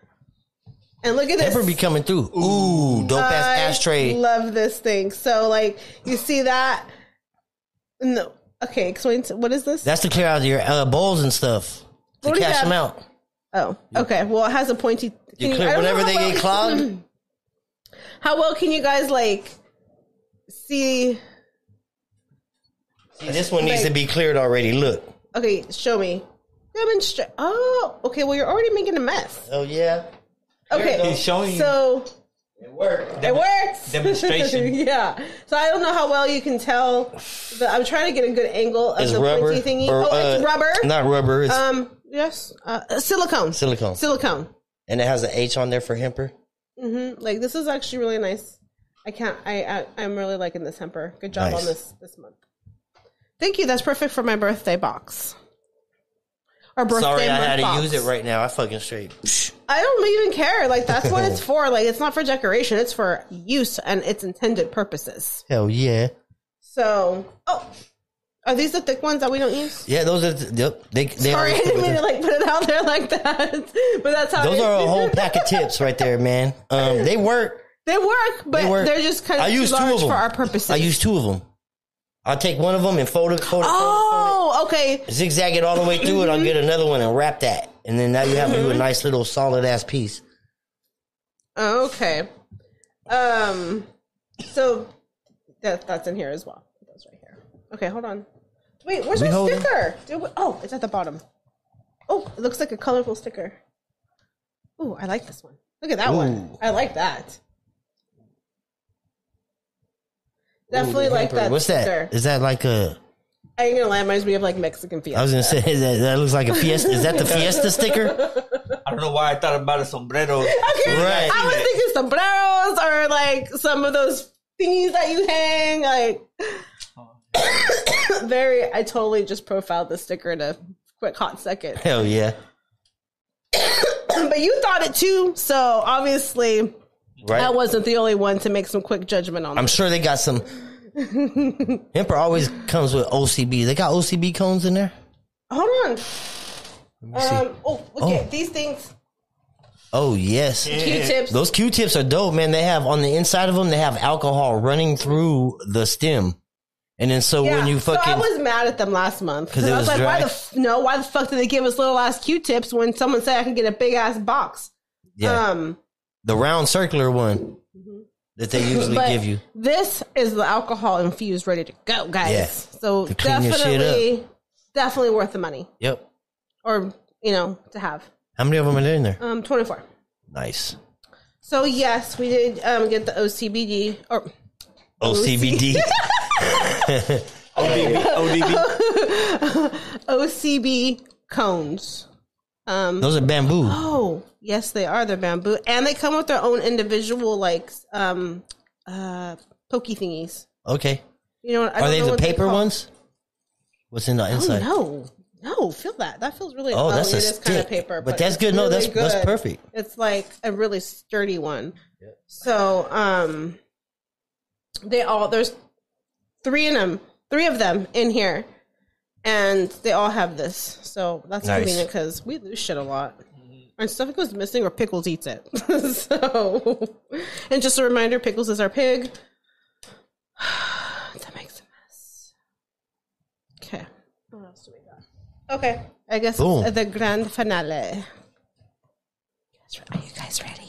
And look at this. Hamper be coming through. Ooh, dope ass I ashtray. Love this thing. So like you see that? No. Okay, explain. To, what is this? that's to clear out your uh, bowls and stuff. To What do you cash have? them out. oh, okay. Well, it has a pointy. can You I clear don't know whenever how they well- get clogged. How well can you guys like see? See, this one needs Like- to be cleared already. Look. Okay, show me. Demonstrate. Oh, okay. Well, you're already making a mess. Oh yeah. Okay, He's showing you. So It worked. it works. Demonstration. yeah. So I don't know how well you can tell. But I'm trying to get a good angle of It's the rubber. pointy thingy. or, oh, it's uh, rubber. Not rubber. It's, Um. Yes. Uh, silicone. Silicone. Silicone. and it has an H on there for hemper. Mm-hmm. Like this is actually really nice. I can't. I, I I'm really liking this hamper. Good job Nice. on this this month. Thank you. That's perfect for my birthday box. Or birthday Sorry, I month had to box. use it right now. I fucking straight. Psh. I don't even care. Like that's what it's for. Like it's not for decoration. It's for use and its intended purposes. Hell yeah. So, oh, are these the thick ones that we don't use? Yeah, those are. th- Yep. They. they Sorry, I always didn't put mean the- to like put it out there like that. But that's how Those it- are a whole pack of tips right there, man. Um, they work. They work, but They work. they're just kind of I too use two large of them for our purposes. I use two of them. I'll take one of them and fold it, fold it, Oh, okay. zigzag it all the way through, and I'll get another one and wrap that, and then now you have Mm-hmm. you a nice little solid ass piece. Oh, Okay. Um. So that that's in here as well. That's right here. Okay, hold on. Wait, where's We my hold it? sticker? Do we- oh, it's at the bottom. Oh, it looks like a colorful sticker. Ooh, I like this one. Look at that one. Ooh. I like that. Definitely like that. What's sticker. that? Is that like a? I ain't gonna lie, it reminds me of like Mexican I fiesta. was gonna say is that that looks like a fiesta. Is that the fiesta sticker? I don't know why I thought about a sombrero. Right. I was Yeah. thinking sombreros or like some of those thingies that you hang. Like, very. I totally just profiled the sticker in a quick hot second. Hell yeah! but you thought it too, so obviously Right. I wasn't the only one to make some quick judgment on. I'm it. sure they got some. Emperor always comes with OCB. They got OCB cones in there. Hold Let me see. on. Um. Oh, look at Oh. these things. oh yes, Q-tips. those Q-tips are dope, man. They have on the inside of them. They have alcohol running through the stem, and then so Yeah. when you fucking so I was mad at them last month 'Cause it I was was like, why dry. the f- no? Why the fuck did they give us little ass Q-tips when someone said I can get a big ass box? yeah, Um. Mm-hmm. the round circular one that they usually But give you. This is the alcohol infused, ready to go, guys. Yeah. So To clean your shit definitely, definitely worth the money, Yep. or you know, to have. How many of them are there in there? Um, twenty four. Nice. So yes, we did um get the OCBD or Oh, OCBD. ODB. ODB. OCB cones. Um, Those are bamboo. Oh yes, they are. They're bamboo, and they come with their own individual like um uh pokey thingies. Okay. You know, what- I Are don't they know the what they're paper called. ones? What's in the Oh inside? no, no, feel that. That feels really. Oh, that's a it is kind of stick. paper, But that's good. No, that's- that's perfect. It's like a really sturdy one. So, um, they all there's three in them, three of them in here, and they all have this. So that's Nice. convenient because we lose shit a lot. And stuff goes missing, or Pickles eats it. so, and just a reminder, Pickles is our pig. that makes a mess. Okay. What else do we got? Okay. I guess Boom. it's the grand finale. Are you guys ready?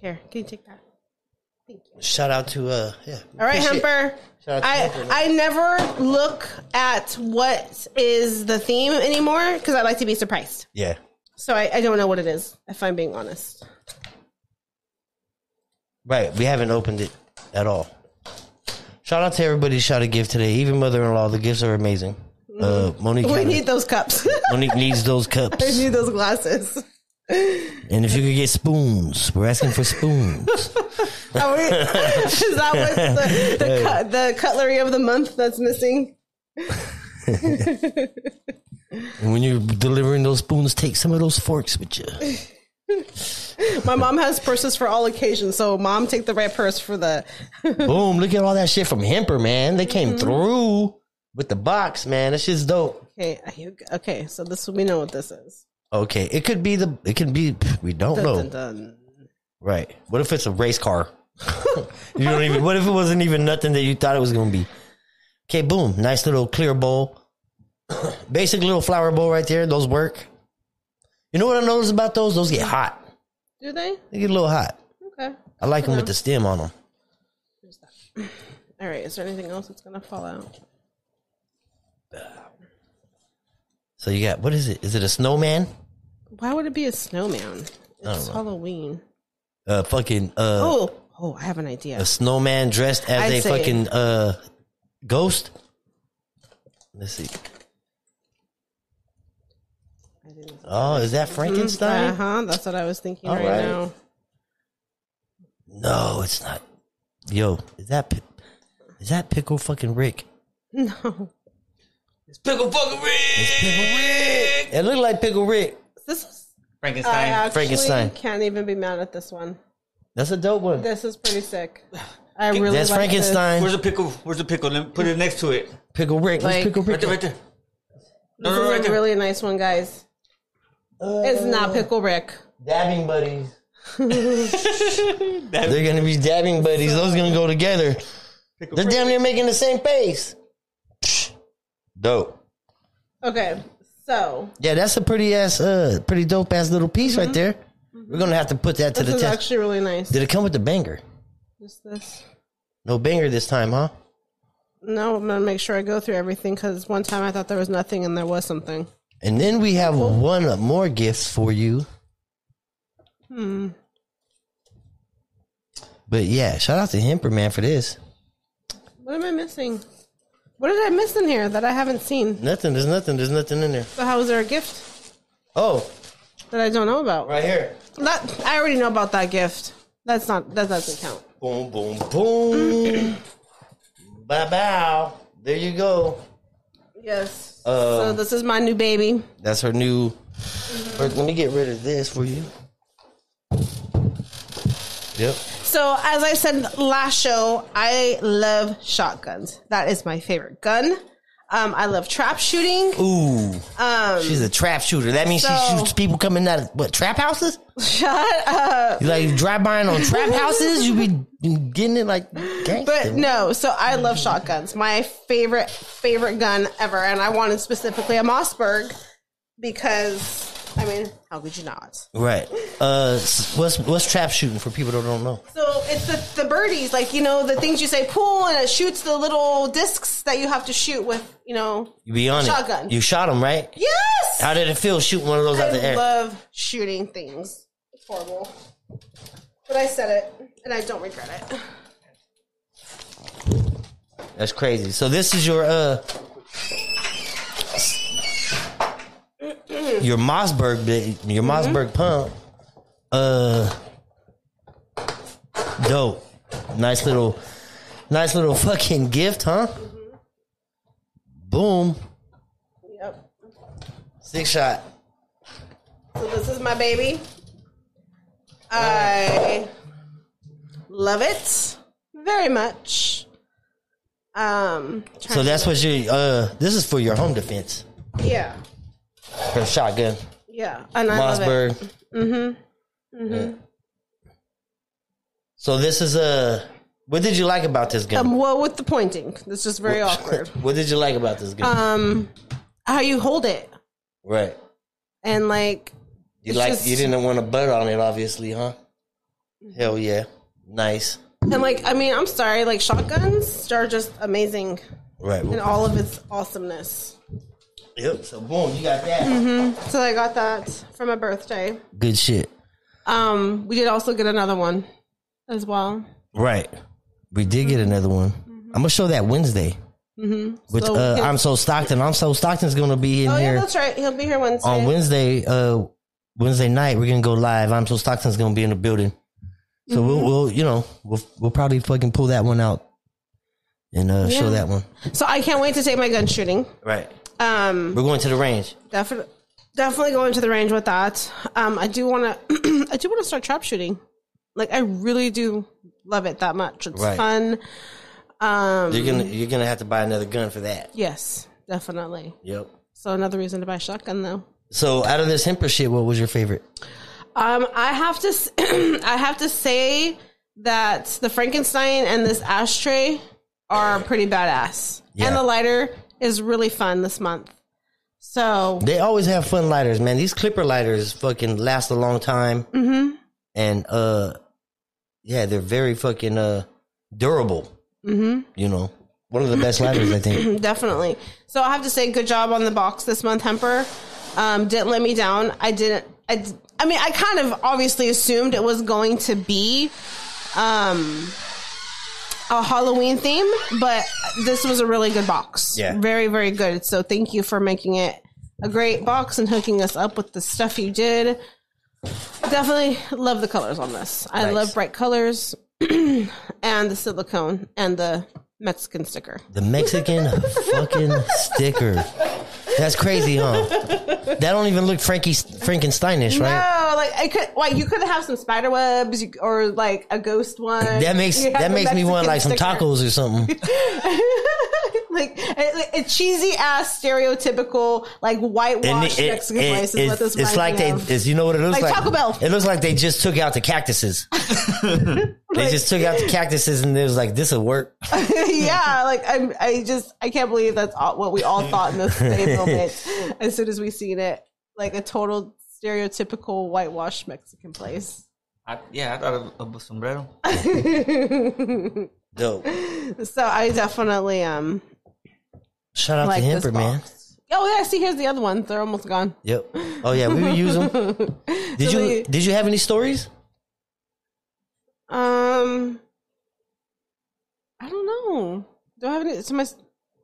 Here, can you take that? Shout out to uh yeah. All right, Appreciate- Hemper. Shout out to I Hemper. I never look at what is the theme anymore because I like to be surprised. Yeah. So I, I don't know what it is, if I'm being honest. Right. We haven't opened it at all. Shout out to everybody who shot a gift today. Even mother in law, the gifts are amazing. Uh, Monique, Mm. We had- need those cups. Monique needs those I cups. need those glasses. And if you could get spoons, we're asking for spoons. Are we, is that what the, the, cut, the cutlery of the month that's missing? and when you're delivering those spoons, take some of those forks with you. My mom has purses for all occasions, so mom, take the right purse for the. Boom, look at all that shit from Hemper, man. They Mm-hmm. came through with the box, man. That shit's dope. Okay, are you- okay. So this we know what this is. Okay, it could be the. It can be. We don't Dun, know. dun, dun. Right. What if it's a race car? you don't even. What if it wasn't even nothing that you thought it was going to be? Okay, boom. Nice little clear bowl. Basic little flower bowl right there. Those work. You know what I noticed about those? Those get hot. Do they? They get a little hot. Okay. I like them with the stem on them. All right. Is there anything else that's gonna fall out? So you got what is it? Is it a snowman? Why would it be a snowman? It's Halloween. A fucking uh, Oh, oh, I have an idea. a snowman dressed as I'd a say- fucking uh ghost. Let's see. Oh, is that Frankenstein? Uh huh. That's what I was thinking All right, right. now. Mm-hmm. No, it's not. Yo, is that pi- is that pickle fucking Rick? No, It's pickle fucking Rick. It looked like pickle Rick. this is. I Frankenstein. actually Frankenstein. can't even be mad at this one. That's a dope one. This is pretty sick. I really That's like Frankenstein. Where's the pickle? Where's the pickle? Let me put it next to it. Pickle Rick. Where's Like- pickle Right Rick? there, right there. This, No, no, this is right a there. really nice one, guys. it's not pickle Rick. Dabbing buddies. That They're gonna be dabbing buddies. Those gonna go together. pickle They're Rick. damn near making the same face. Psh, Dope. Okay, so Yeah, that's a pretty ass, uh, pretty dope ass little piece right there. We're gonna have to put that to Mm-hmm. this the is test. actually really nice. Did it come with the banger? Just this. No banger this time, huh? No, I'm gonna make sure I go through everything because one time I thought there was nothing and there was something. And then we have one more gift for you. Hmm. But yeah, shout out to Hemper man for this. What am I missing? What did I miss in here that I haven't seen? Nothing. There's nothing. There's nothing in there. So how is there a gift Oh, that I don't know about? right here. That I already know about that gift. That's not that doesn't count. Boom, boom, boom. bow, bow. There you go. Yes. Um, so this is my new baby. That's her new. First, let me get rid of this for you. Yep. So as I said last show, I love shotguns. That is my favorite gun. Um, I love trap shooting. Ooh, Um, she's a trap shooter. That means she So- shoots people coming out of what trap houses? Shut up. You like drive by on trap houses? You be you getting it like gangsta. But no, so I love shotguns. My favorite, favorite gun ever. And I wanted specifically a Mossberg because, I mean, how could you not? right. Uh, s- what's what's trap shooting for people that don't know? So it's the, the birdies, like, you know, the things you say pull and it shoots the little discs that you have to shoot with, you know. You be on Shotgun. it. You shot him right. Yes! How did it feel shooting one of those out the I air? love shooting things. It's horrible. But I said it, and I don't regret it. That's crazy. So this is your uh your Mossberg bi- Mm-hmm. your Mossberg pump. Uh dope. Nice little nice little fucking gift, huh? Mm-hmm. Boom. Yep. Six shot. So this is my baby. I love it very much. Um. So that's what your uh this is for your home defense. Yeah. Her shotgun. Yeah. And I love Mossberg. it. Mm-hmm. Mm-hmm. Mm-hmm. So this is a. What did you like about this gun? Um, well, with the pointing, it's just very awkward. What did you like about this gun? Um, how you hold it right. and like You it's like just- Mm-hmm. you didn't want to butt on it, obviously, huh? Hell yeah. Nice. and like I mean I'm sorry like shotguns are just amazing Right. in all of its awesomeness. Yep. So boom, you got that. Mm-hmm. So I got that for my birthday. Good shit. Um, we did also get another one as well. Mm-hmm. Right. We did get another one. I'm gonna show that Wednesday. Which So we uh, can- I'm so Stockton. I'm so Stockton's gonna be in Oh yeah, here that's right. He'll be here Wednesday. on Wednesday. Uh, Wednesday night we're gonna go live. I'm so Stockton's gonna be in the building. So Mm-hmm. we'll, we'll, you know, we'll we'll probably fucking pull that one out and uh, show Yeah. that one. So I can't wait to take my gun shooting. Right. Um, We're going to the range. definitely, definitely going to the range with that. Um, I do want to, I do want to start trap shooting. Like I really do love it that much. It's Right. fun. Um, You're gonna you're gonna have to buy another gun for that. yes, definitely. Yep. So another reason to buy shotgun though. So out of this hemper shit, what was your favorite? Um, I have to, s- I have to say that the Frankenstein and this ashtray are pretty badass, Yeah. and the lighter is really fun this month. So They always have fun lighters, man. These clipper lighters fucking last a long time. Mm-hmm. And uh yeah, they're very fucking uh durable. Mm-hmm. You know. One of the best lighters, I think. definitely. So I have to say, good job on the box this month, Hemper. Um, didn't let me down. I didn't. I. d- I mean, I kind of obviously assumed it was going to be, um, a Halloween theme, but this was a really good box. Yeah. very very good. So thank you for making it a great box and hooking us up with the stuff you did. Definitely love the colors on this. I Nice. love bright colors and the silicone and the Mexican sticker. The Mexican fucking sticker. That's crazy, huh? That don't even look Frankie Frankensteinish, right? No, like I could. Like you could have some spider webs you, or like a ghost one. That makes You have that a makes me want Mexican like some sticker. tacos or something. like a, a cheesy ass stereotypical like whitewashed it- Mexican it- place. Is it's, what this it's reminds like me they, of. it's, you know what it looks like? Like Taco Bell. It looks like they just took out the cactuses. they just took out the cactuses and it was like, this will work. yeah, like I'm. I just I can't believe that's all, what we all thought in this day moment. As soon as we seen it, like a total stereotypical whitewashed Mexican place. I, yeah, I thought of, of a sombrero. Dope. So I definitely um Shout out like to this Hemper, man. box. Oh yeah, see here's the other ones. They're almost gone. Yep. Oh yeah, we would use them. Did you So they- did you have any stories? Um, I don't know. Do I have any? So my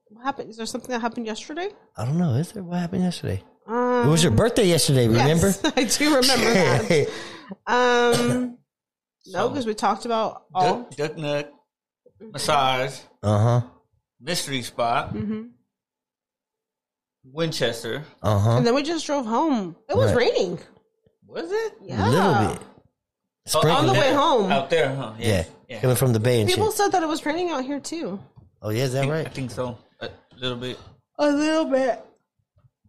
what happened? Is there something that happened yesterday? I don't know. Is there what happened yesterday? Um, It was your birthday yesterday. Remember? Yes, I do remember that. Um, no, because we talked about all. Duck, duck nut, Mm-hmm. massage, uh huh. mystery spot, Mm-hmm. Winchester. Uh huh. And then we just drove home. It was Right. raining. Was it? Yeah. A little bit. Sprinkle. on the way there. home. Out there, huh? yeah. Yeah. yeah. Coming from the bay and People shit. said that it was raining out here too. Oh yeah, is that I right? think so. A little bit. A little bit.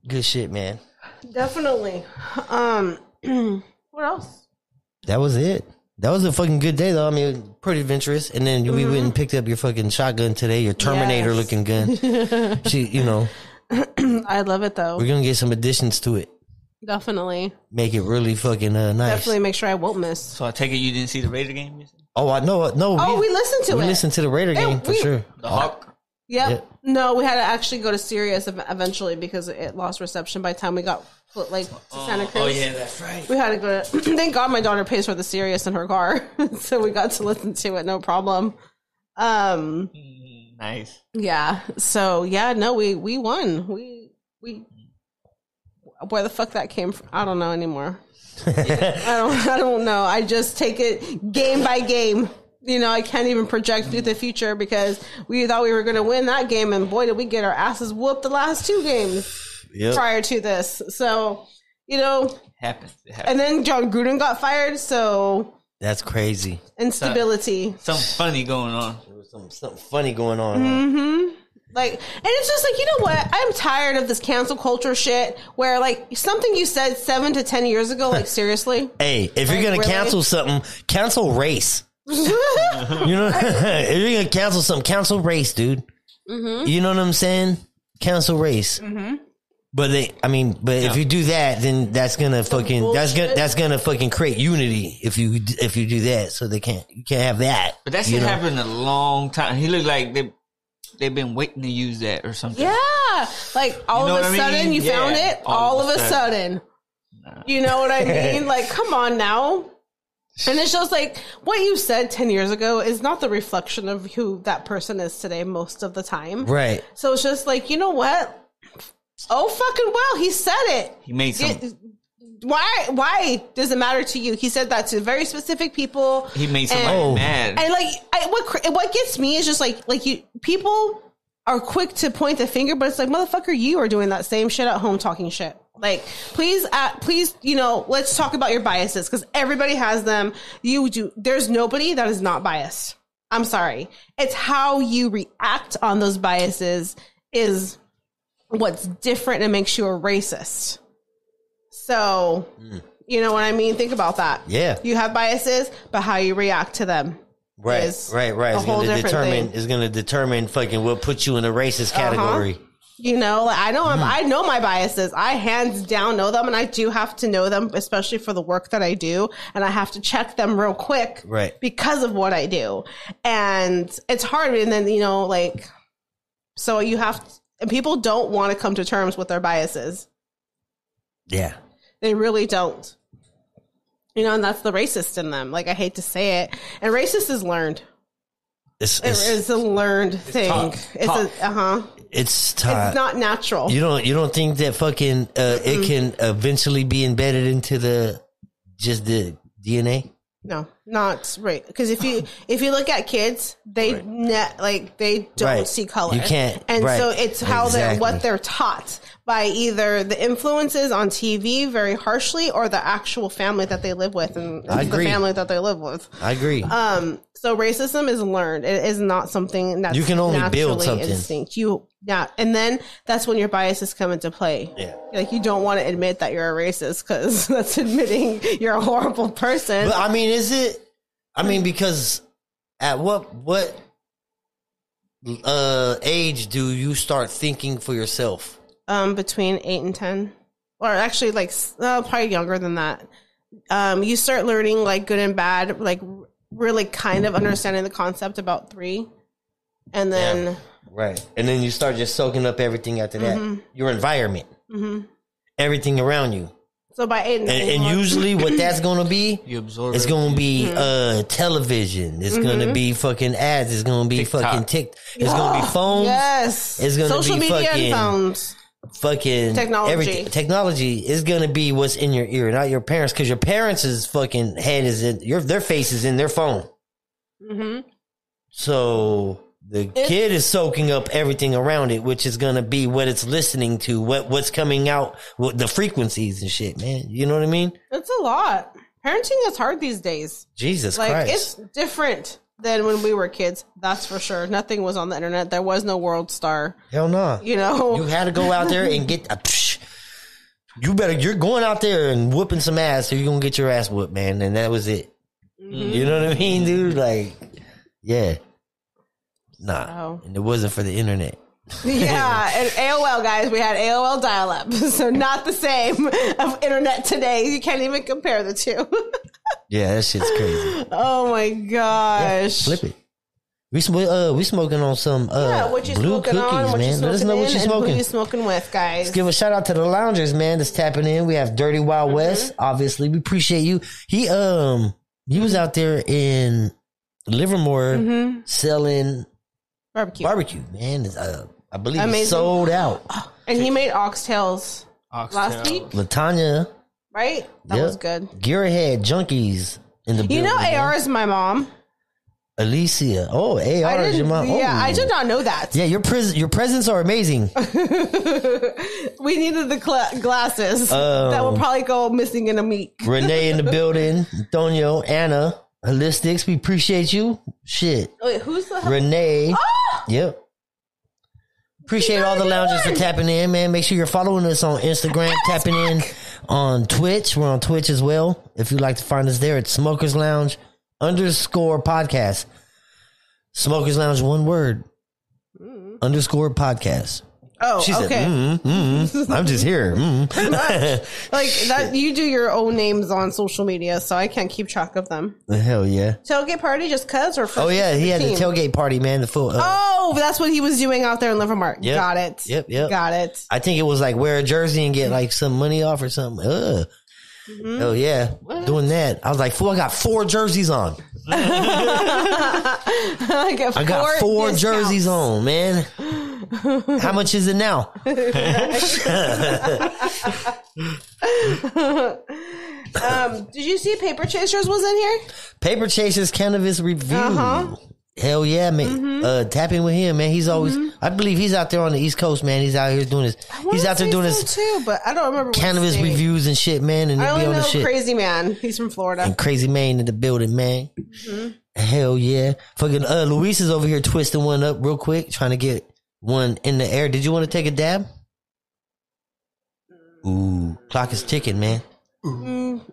Good shit, man. Definitely. Um, what else? That was it. That was a fucking good day though. I mean, pretty adventurous. And then we went and picked up your fucking shotgun today, your Terminator Mm-hmm. Yes. looking gun. she, you know, I love it though. we're gonna get some additions to it. Definitely. Make it really fucking uh, nice. Definitely make sure I won't miss. So I take it you didn't see the Raider game? yesterday? Oh, I know. No, Oh, we listened to we it. listened to the Raider game for we- sure. The Hawk. Yep. Yep. No, we had to actually go to Sirius ev- eventually because it lost reception by the time we got like to Santa Cruz. Oh, yeah, that's right. We had to go to. thank God my daughter pays for the Sirius in her car, so we got to listen to it no problem. Um. Nice. Yeah. So yeah. No, we we won. We we. Where the fuck that came from? I don't know anymore. I don't. I don't know. I just take it game by game. You know, I can't even project into the future because we thought we were going to win that game, and boy, did we get our asses whooped the last two games Yep. prior to this. So, you know, Happens. It happens. and then John Gruden got fired, so That's crazy. instability. Something funny going on. There was some, something funny going on. huh? Mm-hmm. Like, and it's just like, you know what? I'm tired of this cancel culture shit where, like, something you said seven to 10 years ago, like, seriously? Hey, if you're Like, gonna really? cancel something, cancel race. Uh-huh. You know, if you're gonna cancel something, cancel race, dude. Mm-hmm. You know what I'm saying? Cancel race. But they, I mean, but if you do that, then that's gonna fucking that's gonna bullshit. that's gonna fucking create unity. If you if you do that, so they can't you can't have that. But that you shit know? happened a long time. He looked like they they've been waiting to use that or something. yeah. Like, all know of a what I sudden, mean? you Yeah. found it, all, of a sudden. You know what I mean? like, come on now. And it's just like what you said 10 years ago is not the reflection of who that person is today most of the time. Right. So it's just like, you know what? Oh fucking well, he said it. He made some. It- why why does it matter to you? He said that to very specific people. he made somebody Oh. mad. And like, I, what cr- what gets me is just like like you people are quick to point the finger, but it's like motherfucker, you are doing that same shit at home, talking shit. Like, please, uh, please, you know, let's talk about your biases because everybody has them. You do. There's nobody that is not biased. I'm sorry. It's how you react on those biases is what's different and makes you a racist. So, you know what I mean? Think about that. Yeah. You have biases, but how you react to them. Right, is right, right. a It's whole gonna different determine. thing. Uh-huh. It's gonna determine fucking what puts you in a racist category. You know, like I know I'm, Mm-hmm. I know my biases. I hands down know them, and I do have to know them, especially for the work that I do, and I have to check them real quick, Right. Because of what I do, and it's hard. And then you know, like, so you have, and people don't want to come to terms with their biases. Yeah. They really don't. You know, and that's the racist in them. Like I hate to say it, and racist is learned. It's It it's, Uh, is a learned thing. taught. It's a uh huh. it's time. It's not natural. you don't you don't think that fucking uh, it can eventually be embedded into the just the DNA? No, not right. Because if you if you look at kids, they ne- like they don't Right. see color. You can't- and right. so it's how they're Exactly. what they're taught by either the influences on TV very harshly or the actual family that they live with and I the agree. family that they live with. I agree. Um, so racism is learned. It is not something that's You can only build naturally something. Instinct. You yeah, and then that's when your biases come into play. Yeah. like you don't want to admit that you're a racist because that's admitting you're a horrible person. but I mean, is it? I mean, because at what what uh age do you start thinking for yourself? um, between eight and ten, or actually like s- uh, probably younger than that. Um, you start learning like good and bad, like r- really kind of understanding the concept about three, and then. Right. And then you start just soaking up everything after that. Your environment. Everything around you. So by eight and, And, and nine, usually what that's going to be you absorb. It's it. gonna be Mm-hmm. uh television. It's gonna be fucking ads. It's gonna be TikTok. fucking tick. It's gonna be phones. yes, It's gonna social be media fucking- and phones. Fucking Technology. everything- Technology is gonna be what's in your ear, not your parents, because your parents is fucking head is in your their face is in their phone. Mm-hmm. So the kid is soaking up everything around it, which is gonna be what it's listening to, what what's coming out, what the frequencies and shit, man. You know what I mean? It's a lot. Parenting is hard these days. Jesus Like Christ. it's different than when we were kids. That's for sure. Nothing was on the internet. There was no World Star. Hell no. You know, You had to go out there and get a psh. You better. You're going out there and whooping some ass, or you're gonna get your ass whooped, man. And that was it. Mm-hmm. You know what I mean, dude? Like, yeah, nah. Oh. And it wasn't for the internet. Yeah, and AOL guys, we had AOL dial up, so not the same of internet today. You can't even compare the two. Yeah, that shit's crazy. oh my gosh. Flip it. We sm- uh we smoking on some uh Yeah, what you blue smoking cookies, on? What you man. smoking Let us know in, what you And smoking. who you smoking with, guys? Give a shout out to the loungers, man, that's tapping in. We have Dirty Wild Mm-hmm. West. Obviously, we appreciate you. He um he was out there in Livermore Mm-hmm. selling Barbecue, barbecue, man. It's, Uh, I believe Amazing. it's sold out. and he made oxtails Oxtail. last week, Latanya, right? That Yep. was good. Gearhead, Junkies in the You know, building, man. AR is my mom. Alicia. Oh, AR I is your didn't. mom. Yeah, Oh. I did not know that. Yeah, your pres- your presents are amazing. we needed the cla glasses that Um, will probably go missing in a week. Renee in the building, Antonio, Anna, Holistics. We appreciate you. Shit. Wait, who's the? Renee. Oh! Yep. Appreciate all the loungers for tapping in, man. Make sure you're following us on Instagram, tapping in on Twitch. We're on Twitch as well. If you'd like to find us there, it's Smokers Lounge underscore podcast. Smokers Lounge, one word. Underscore podcast. Oh, She said, Mm. okay. mm, mm, I'm just here. Mm. Like that, you do your own names on social media, so I can't keep track of them. Hell yeah. Tailgate party, just cuz, or Oh, yeah. He had the team? tailgate party, man. The full. Uh, Oh, that's what he was doing out there in Livermore. Yep. Got it. Yep, yep. Got it. I think it was like wear a jersey and get like some money off or something. Ugh. Mm-hmm. Oh yeah, doing that. I was like, fool, I got four jerseys on. I got four, I got four discounts. jerseys on, man. How much is it now? Um, did you see Paper Chasers was in here? Paper Chasers Cannabis Review. Uh-huh. Hell yeah, man. Mm-hmm. Uh, tap in with him, man. He's always, I believe he's out there on the East Coast, man. He's out here doing his, he's wanna out there say doing so his too, but I don't remember what cannabis his name- reviews and shit, man. And I he'll be only on know the shit. Crazy Man. He's from Florida. And crazy man in the building, man. Mm-hmm. Hell yeah. Fucking, uh, Luis is over here twisting one up real quick, trying to get one in the air. Did you want to take a dab? Mm. Ooh, clock is ticking, man.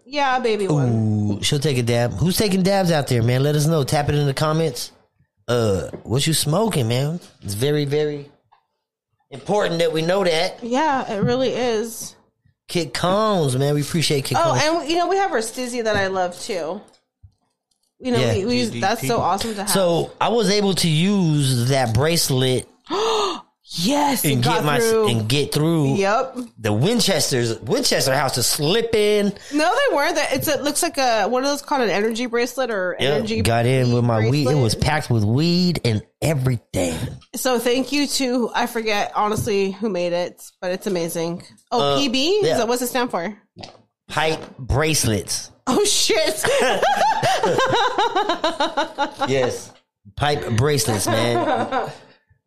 Yeah, baby one. Ooh, she'll take a dab. Who's taking dabs out there, man? Let us know. Tap it in the comments. Uh, what you smoking, man? It's very, very important that we know that. Yeah, it really is. Kid Combs, man, we appreciate Kid Oh, Combs. and you know we have our Stizzy that I love too. You know, Yeah. we, we use, that's so awesome to have. so I was able to use that bracelet yes, it and got get my through. and get through yep. the Winchester's Winchester house to slip in. No, they weren't. That it's a, looks like a what are those called? An energy bracelet or energy? Got in with my weed. It bracelet? was packed with weed and everything. So thank you to I forget honestly who made it, but it's amazing. Oh, PB. Uh, yeah. Is that what's it stand for? Pipe bracelets. Oh shit! Yes. Pipe bracelets, man.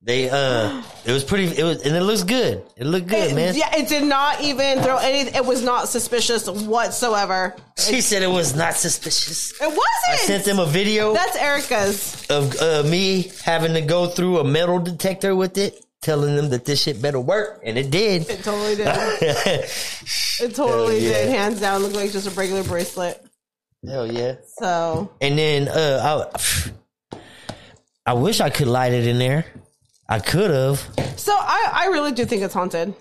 They uh it was pretty it was and it looks good. It looked good, man. yeah, it did not even throw any. It was not suspicious whatsoever. She said it was not suspicious. It wasn't. I sent them a video That's Erica's. of uh, me having to go through a metal detector with it, telling them that this shit better work, and it did. It totally did. It totally Hell yeah. did. Hands down, looked like just a regular bracelet. Hell yeah. So And then uh, I, I wish I could light it in there. I could have. So I, I really do think it's haunted.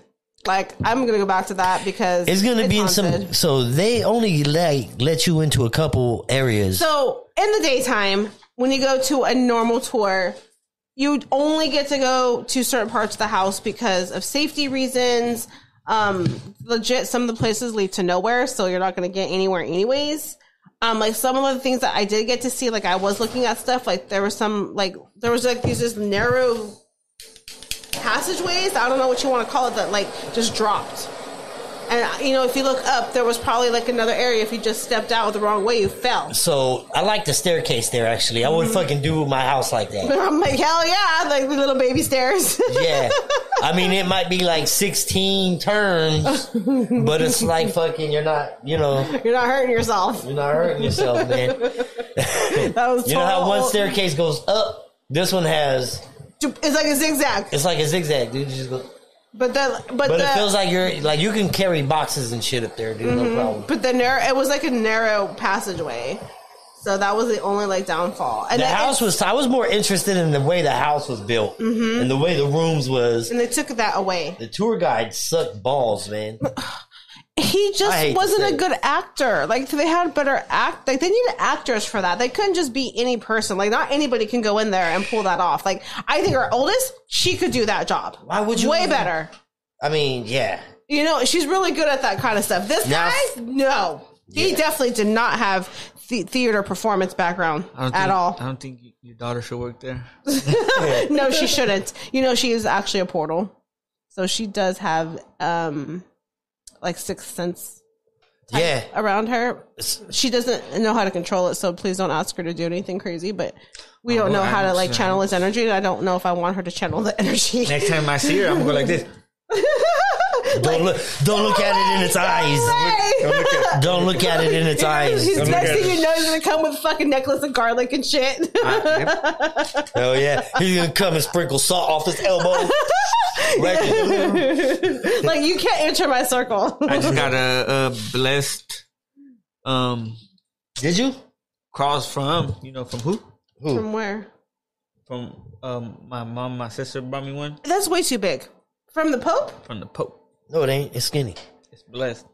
Like I'm gonna go back to that because It's gonna be in some. haunted. So they only like let you into a couple areas. So in the daytime, when you go to a normal tour, you only get to go to certain parts of the house because of safety reasons. Um, legit, some of the places lead to nowhere, so you're not gonna get anywhere anyways. Um, like some of the things that I did get to see, like I was looking at stuff, like there was some, like there was like these just narrow passageways. I don't know what you want to call it that like just dropped. And you know, if you look up, there was probably like another area. If you just stepped out the wrong way, you fell. So I like the staircase there. Actually, I wouldn't fucking do my house like that. I'm like, hell yeah, like the little baby stairs. Yeah, I mean it might be like sixteen turns, but it's like fucking. You're not. You know. You're not hurting yourself. You're not hurting yourself, man. That was You know how total- one staircase goes up. This one has. It's like a zigzag, It's like a zigzag, dude. You just go. but the but, uh, But the it feels like you're like you can carry boxes and shit up there, dude. No problem. Mm-hmm. but the narrow it was like a narrow passageway, so that was the only like downfall. And The it- house was. I was more interested in the way the house was built Mm-hmm. and the way the rooms was. and they took that away. The tour guide sucked balls, man. He I hate just to wasn't say a it. good actor. Like they had better act. Like they needed actors for that. They couldn't just be any person. Like not anybody can go in there and pull that off. Like I think our oldest, she could do that job. Why would you Way even- better. I mean, yeah. You know, she's really good at that kind of stuff. This Now- guy, no, he definitely did not have the theater performance background I don't at think, all. I don't think y- your daughter should work there. no, she shouldn't. You know, she is actually a portal, so she does have um, like sixth sense Yeah, around her. She doesn't know how to control it, so please don't ask her to do anything crazy. But we don't Oh, know how to I'm like sure. channel his energy. and I don't know if I want her to channel the energy. Next time I see her, I'm gonna go like this. don't look, don't look at it in its eyes. Hey! Don't look at it in its eyes. He's look next at thing it. you know, he's gonna come with a fucking necklace of garlic and shit. I, Oh yeah, he's gonna come and sprinkle salt off his elbow. Right. like you can't enter my circle. I just got a, a blessed um Did you? cross from you know from who From where? from um my mom my sister brought me one That's way too big. From the Pope? from the Pope. No, it ain't. It's skinny. It's blessed.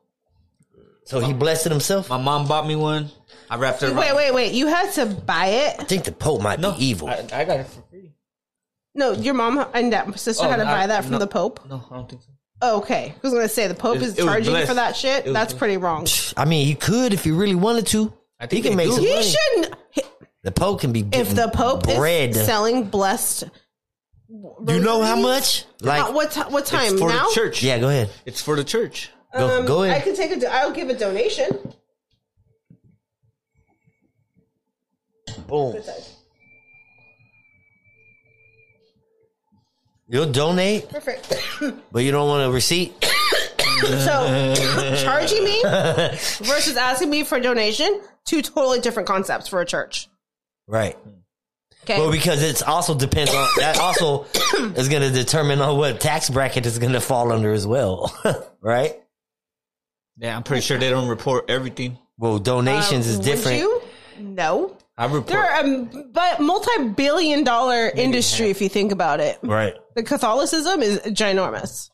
So he blessed it himself. My mom bought me one. I wrapped it. Wait, around- wait, wait. You had to buy I it? think the Pope might No, be evil. I, I got it for free. No, your mom and that sister Oh, had to I- buy that from no. the Pope. No, I don't think so. Okay, I was gonna say the Pope It- is it was charging blessed. for that shit. It was That's pretty wrong. I mean, he could if he really wanted to. I He think can make they do. some He money. shouldn't. The Pope can be If getting the Pope bread. is selling blessed, you know how much? Like Uh, what ti- what time for now? the church. Yeah, go ahead. It's for the church. Go, go Um, I ahead. could take a. do- I'll give a donation. Boom. You'll donate, Perfect. but you don't want a receipt. so charging me versus asking me for a donation, two totally different concepts for a church. Right. Okay. Well, because it's also depends on that also is going to determine on what tax bracket is going to fall under as well, right? Yeah, I'm pretty sure they don't report everything. Well, donations is Um, Would different. you? No. I report. They're a but multi-billion dollar industry if you think about it. Right. The Catholicism is ginormous.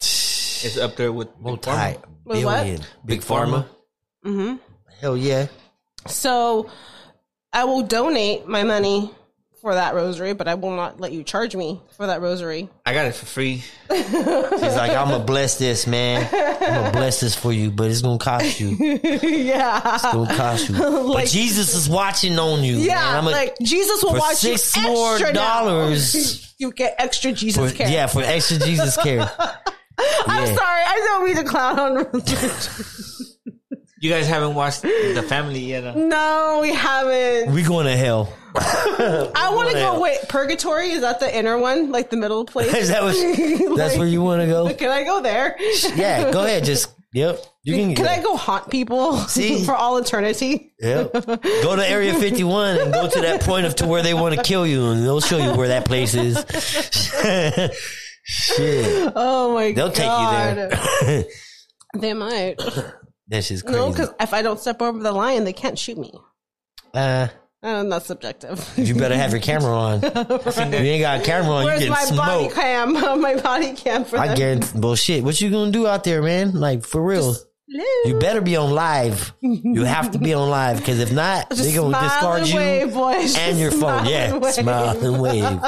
it's up there with Big Multi Pharma. With what? billion. Big Pharma. Hell yeah. So I will donate my money for that rosary, but I will not let you charge me for that rosary. I got it for free. She's like, I'm going to bless this, man. I'm going to bless this for you, but it's going to cost you. It's yeah. going to cost you. but Jesus is watching on you. Yeah, man. I'ma- like Jesus will for watch you six extra more now. dollars. You get extra for, Jesus care. yeah, for extra Jesus care. I'm yeah. sorry, I don't mean to clown on religion. You guys haven't watched The Family yet. uh, huh? no, we haven't. We going to hell. I want to hell. go. Wait, purgatory is that the inner one, like the middle Is place? that what, that's where you want to go? Can I go there? Yeah, go ahead. Just yep. You can. Can I go haunt people See? for all eternity? Yep. Go to Area 51 and go to that point of to where they want to kill you, and they'll show you where that place is. Shit, Oh my they'll god! take you there. They might. That's just crazy. No, because if I don't step over the line, they can't shoot me. uh, And that's subjective. you better have your camera on. If you ain't got a camera on, Where's you my get body smoked. cam? my body cam for I them. guarantee. Well, shit. What you gonna do out there, man? Like for real. Hello. you better be on live. You have to be on live because if not, Just they're gonna smile discard and you wave, boys. and Just your phone. smile Yeah, and wave. smile and wave.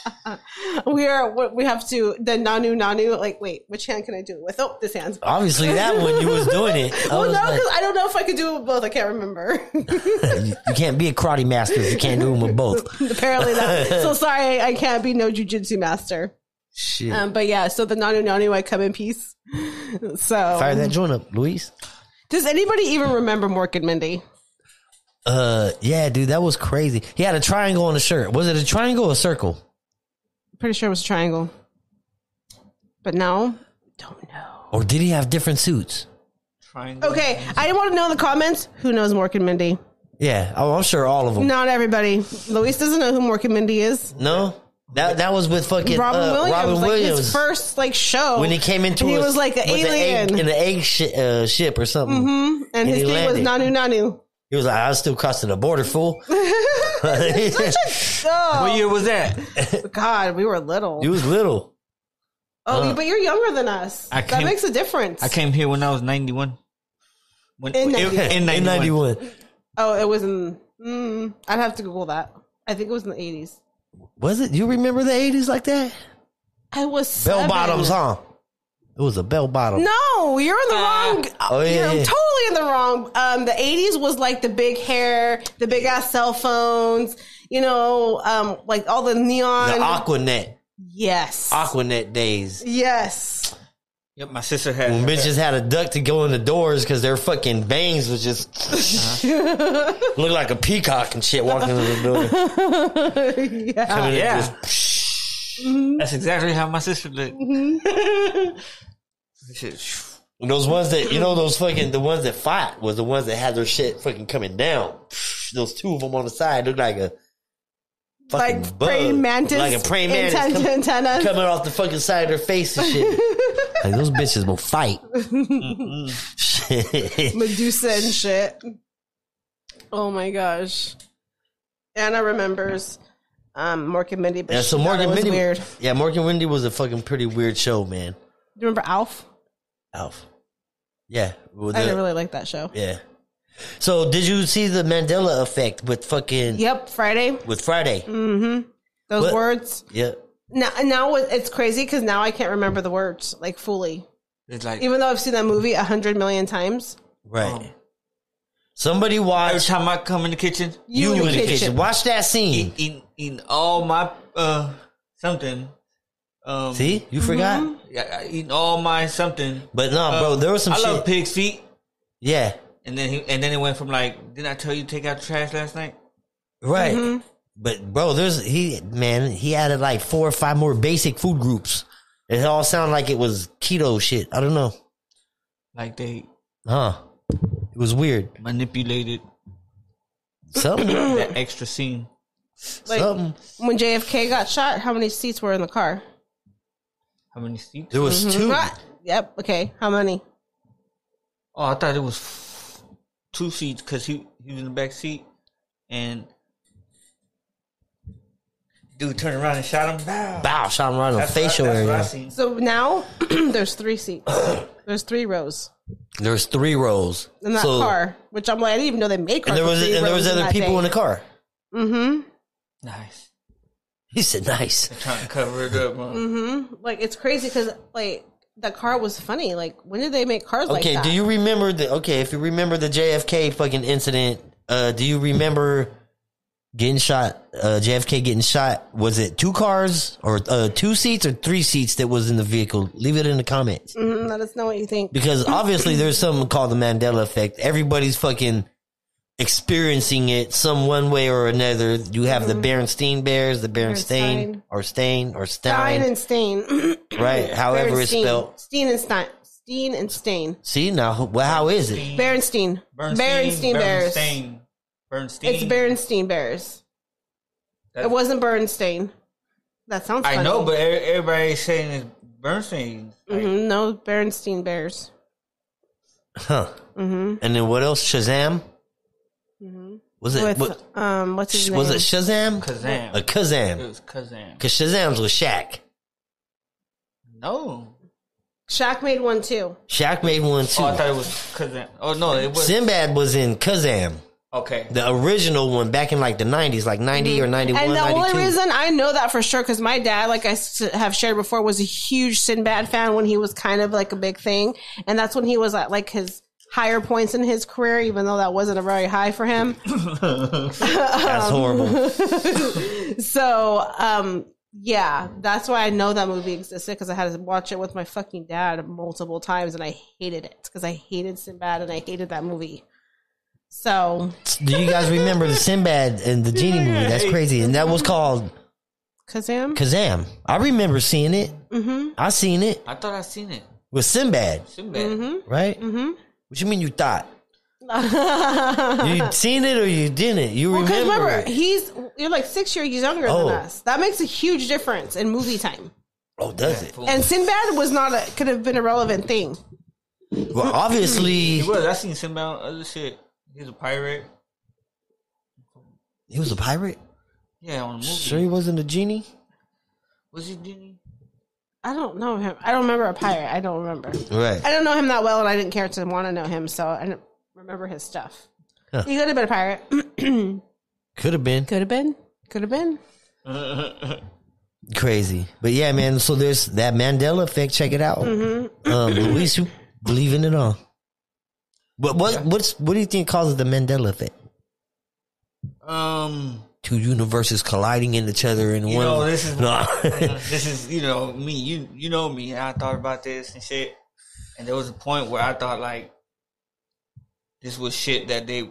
We are. what We have to. The nanu nanu. Like, wait, which hand can I do it with? Oh, this hand. Obviously, that one you was doing it. I well, was no, like, because I don't know if I could do it with both. I can't remember. you, you can't be a karate master if you can't do them with both. Apparently not. So sorry, I can't be no jujitsu master. Shit. Um, but yeah, so the nanu nanu, I come in peace. So Fire that joint up, Luis. does anybody even remember Mork and Mindy? Uh, yeah, dude, that was crazy. He had a triangle on the shirt. Was it a triangle or a circle? Pretty sure it was a triangle, but no, don't know. Or did he have different suits? Triangle. Okay, I didn't want to know in the comments who knows Mork and Mindy. Yeah, oh, I'm sure all of them. No, Not everybody. Luis doesn't know who Mork and Mindy is. that that was with fucking Robin uh, Williams, Robin like Williams. his first like show when he came into and he us was like an with the egg- alien, Mm-hmm. in an egg shi uh, ship or something. and his he name was Nanu landed. Nanu. He was like, "I was still crossing the border, fool." Oh What year was that? God, we were little. he was little. oh, but you're younger than us. I that came- makes a difference. I came here when I was 91. When, In In in 91. '91, Oh, it was in. Mm, I'd have to Google that. I think it was in the eighties. was it? You remember the '80s like that? I was Bell seven. bottoms, huh? It was a bell bottom. No, you're in the wrong. Oh, yeah, you're yeah. totally in the wrong. Um, the '80s was like the big hair, the big ass cell phones. You know, um, like all the neon. The Aquanet, yes. Aquanet days. Yes. Yep, my sister had. When bitches had a duck to go in the doors because their fucking bangs was just looked like a peacock and shit walking in the door. yeah. Coming in yeah. just- That's exactly how my sister looked. Mm-hmm. Shit. those ones that you know, those fucking the ones that fought was the ones that had their shit fucking coming down. Those two of them on the side looked like a fucking Like bug. praying mantis. like a praying mantis anten- coming- antennas. coming off the fucking side of their face and shit. like those bitches will fight. Shit. Medusa and shit. Oh my gosh. Anna remembers um, Mork and Mindy, but Yeah, yeah, so Morgan Mindy. weird. Do Yeah, Morgan Mindy was a fucking pretty weird show, man. you remember Alf? Alf. Yeah. with I the- didn't really like that show. yeah. So did you see the Mandela effect with fucking Yep, Friday. with Friday? Those What? words. Yeah. now, now it's crazy because now I can't remember the words like fully, It's like even though I've seen that movie a hundred million times. Right. Um, Somebody every watch time I come in the kitchen, you, in the kitchen. Watch that scene. eating eating all my uh something. Um, See, you forgot. I- I eating all my something. But no, Uh, bro, there was some I shit. love pig's feet, yeah, and then he and then it went from like, didn't I tell you to take out trash last night? right. Mm-hmm. But bro, there's he man. He added like four or five more basic food groups. It all sounded like it was keto shit. I don't know, Like they huh? It was weird. manipulated Something, Mm. that extra scene. Like something. when JFK got shot, how many seats were in the car? How many seats? There was two. Ah, Yep. Okay. How many? Oh, I thought it was f- two seats because he he was in the back seat, and dude turned around and shot him. Bow. Bow, shot him right in the That's what I- facial that's what I area. seen. So now there's three seats. There's three rows There's three rows in that So- car, which I'm like, I didn't even know they made And cars. there was and there was other people in the car. Mm-hmm. Nice. He said, "Nice." Trying to cover it up. huh? Mm-hmm. Like it's crazy because like the car was funny. Like when did they make cars like Okay, that? do you remember the? Okay, if you remember the JFK fucking incident, uh, do you remember getting shot? Uh, JFK getting shot. Was it two cars or uh, two seats or three seats that was in the vehicle? Leave it in the comments Mhm, Let us know what you think. because obviously there's something called the Mandela effect. Everybody's fucking experiencing it some one way or another. You have Mm-hmm. the Berenstain Bears, the Berenstain Berenstain. or Stain or Stein. Stein and Stain. Right, however it's Berenstain. spelled. Steen and Stein. Steen and Stain. See now, who- well, how is it? Berenstein. Berenstein Bears. Bernstein. Bernstein. It's Berenstein Bears. It wasn't Bernstein. That sounds funny. I know, but every- everybody's saying it's Bernstein. Like, Mhm, no Berenstein Bears. Huh? Mm-hmm. And then what else? Shazam. Mhm. Was it With what, um, what's his sh- name? was it Shazam? Kazam. Mm. A It Kazam. was Kazam. Cause Shazam's with Shaq. No. Shaq made one too. Shaq made one too. Oh, I thought it was Kazam. Oh, no, it was. Sinbad was in Kazam, Okay. the original one back in like the nineties, like 90 or ninety one, Mm-hmm. And the ninety only two. reason I know that for sure because my dad, like I s- have shared before, was a huge Sinbad fan when he was kind of like a big thing, and that's when he was at like his higher points in his career, even though that wasn't a very high for him. That's horrible. So, um, yeah, that's why I know that movie existed because I had to watch it with my fucking dad multiple times, and I hated it because I hated Sinbad and I hated that movie. So, Do you guys remember the Sinbad and the Genie movie? That's crazy. And that was called Kazam, Kazam. I remember seeing it. mm-hmm, I seen it I thought I seen it. with Sinbad, Sinbad. right? mm-hmm. What you mean you thought? Because You seen it or you didn't? You remember, remember, it. he's you're like six years younger Oh. than us. That makes a huge difference in movie time. Oh, does it? And Sinbad was not a could have been a relevant thing. Well, obviously He was. I seen Sinbad on other shit. He's a pirate. he was a pirate. Yeah, on a movie. Sure, he wasn't a genie. Was he Disney? I don't know him. I don't remember a pirate. I don't remember. Right. I don't know him that well, and I didn't care to want to know him, so I don't remember his stuff. Huh. He could have been a pirate. Could have been could have been. Could have been. crazy, but yeah, man. So there's that Mandela effect. Check it out, um, Luis. You believe in it all? But what what's what do you think causes the Mandela effect? Um, Two universes colliding in each other in You one. know, this is- no. this is you know me. You you know me. I thought about this and shit. And there was a point where I thought like, this was shit that they,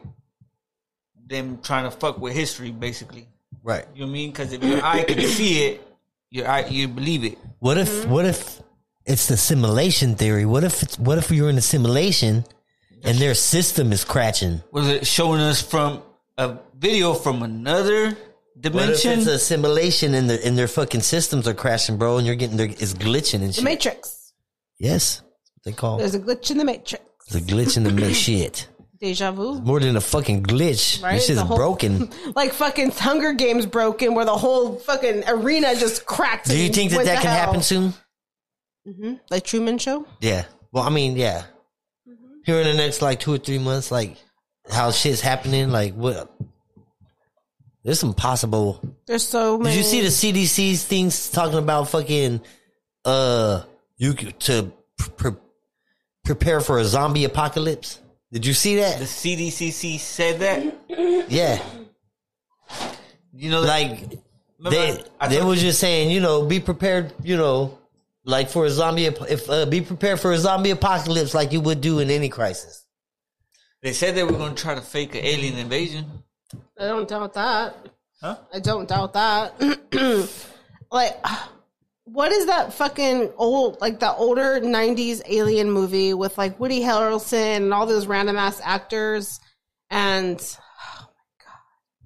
them trying to fuck with history basically. right. You know what I mean? Because if your eye can see it, your eye you believe it. What if what if it's the simulation theory? What if it's, what if you're in a simulation and their system is crashing? Was it showing us from a video from another What if dimension? it's a simulation and the and their fucking systems are crashing, bro, and you're getting their it's glitching and The shit. Matrix. yes, they call There's a glitch in the Matrix. It's a glitch in the mid shit. Deja vu. More than a fucking glitch. Right? This shit's The whole- broken. Like fucking Hunger Games broken, where the whole fucking arena just cracked. Do you and think that went that to can hell. happen soon? Like Truman Show. Yeah. Well, I mean, yeah. Mm-hmm. Here in the next like two or three months, like how shit's happening, like what? There's some possible. There's so many. Did you see the CDC's things talking about fucking uh you c- to pr- pr- prepare for a zombie apocalypse? Did you see The that? CDCC said that. Yeah, You know, like remember they I- I they told was just saying, you know, be prepared, you know, like for a zombie. ap- If uh, be prepared for a zombie apocalypse, like you would do in any crisis. They said they were going to try to fake an alien invasion. I don't doubt that. Huh? I don't doubt that. like, what is that fucking old, like the older 90s alien movie with like Woody Harrelson and all those random ass actors? And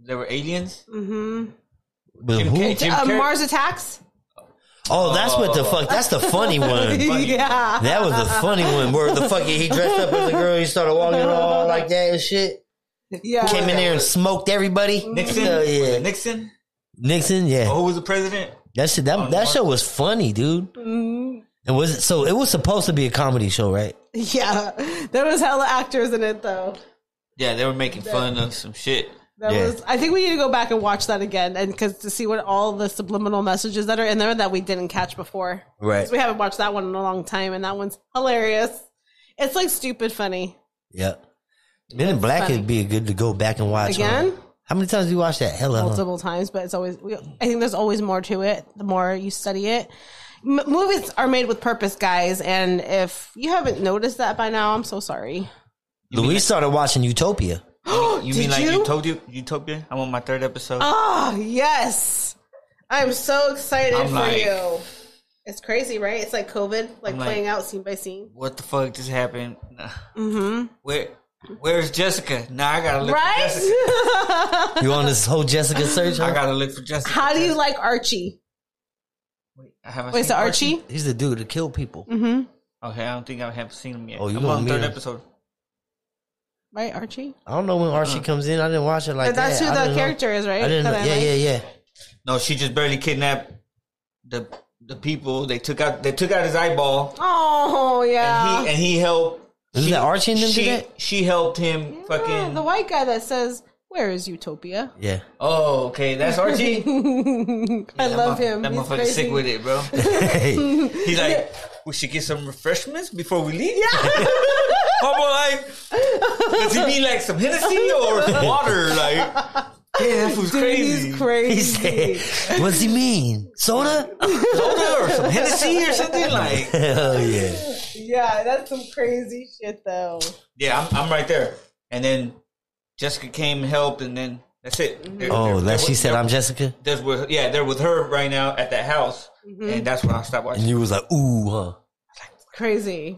There were aliens. Mm. hmm But Jim who- Carrey- Jim uh, Carrey- Mars Attacks? Oh, that's what the fuck. That's the funny one. yeah. That was the funny one where the fucking he dressed up as a girl, he started walking all like that and shit. Yeah. Came in there and smoked everybody. Nixon. Hell Was yeah. it Nixon. Oh. Nixon, yeah. Who was the president? That shit that that show was funny, dude. Mm-hmm. And was it so it was supposed to be a comedy show, right? Yeah. There was hella actors in it though. Yeah, they were making fun of some shit. That Yeah. was. I think we need to go back and watch that again, and because to see what all the subliminal messages that are in there that we didn't catch before. Right. 'Cause we haven't watched that one in a long time, and that one's hilarious. It's like stupid funny. Yeah. Men in Black funny. it'd be good to go back and watch. huh? Again? How many times do you watch that? Hell I don't know. multiple times, but it's always. We, I think there's always more to it. The more you study it, M- movies are made with purpose, guys. And if you haven't noticed that by now, I'm so sorry. Louise started watching Utopia. You Did mean like you? Utopia? Utopia? I'm on my third episode. Ah, yes. I'm so excited I'm for like- you. It's crazy, right? It's like COVID, like I'm like- playing out scene by scene. what the fuck just happened? Mm-hmm. Where? Where's Jessica? Nah, I gotta look for Jessica. Right? You on this whole Jessica search? I huh? gotta look for Jessica. How do you like Archie? Wait, I haven't Wait, seen so Archie? He's the dude that killed people. Mm-hmm. Okay, I don't think I have seen him yet. Oh, you I'm gonna on meet third him. episode. Right, Archie? I don't know when Archie Uh-huh. comes in. I didn't watch it like But that's that. I who didn't the know- character is, right? I didn't know. That Yeah, yeah, yeah. No, she just barely kidnapped the the people. They took out they took out his eyeball, Oh, yeah. and he and he helped. Is that Archie in them do she, that? she helped him Yeah, fucking. The white guy that says, Where is Utopia? Yeah. oh, okay, that's Archie. I love That mother- him. That He's motherfucker crazy. sick with it, bro. Hey, He's like, we should get some refreshments before we leave. Yeah. I'm like, does he mean like some Hennessy or water? Like, yeah, that food's Dude, crazy. He's he crazy. said, "What's he mean? Soda? Soda or some Hennessy or something like. Hell Oh, yeah! yeah, that's some crazy shit, though. Yeah, I'm, I'm right there. And then Jessica came and helped, and then that's it. They're- Oh, they're- that she they're- said I'm Jessica, That's with yeah, they're with her right now at that house, and that's when I and stopped watching. you was like, "Ooh, huh?" Crazy.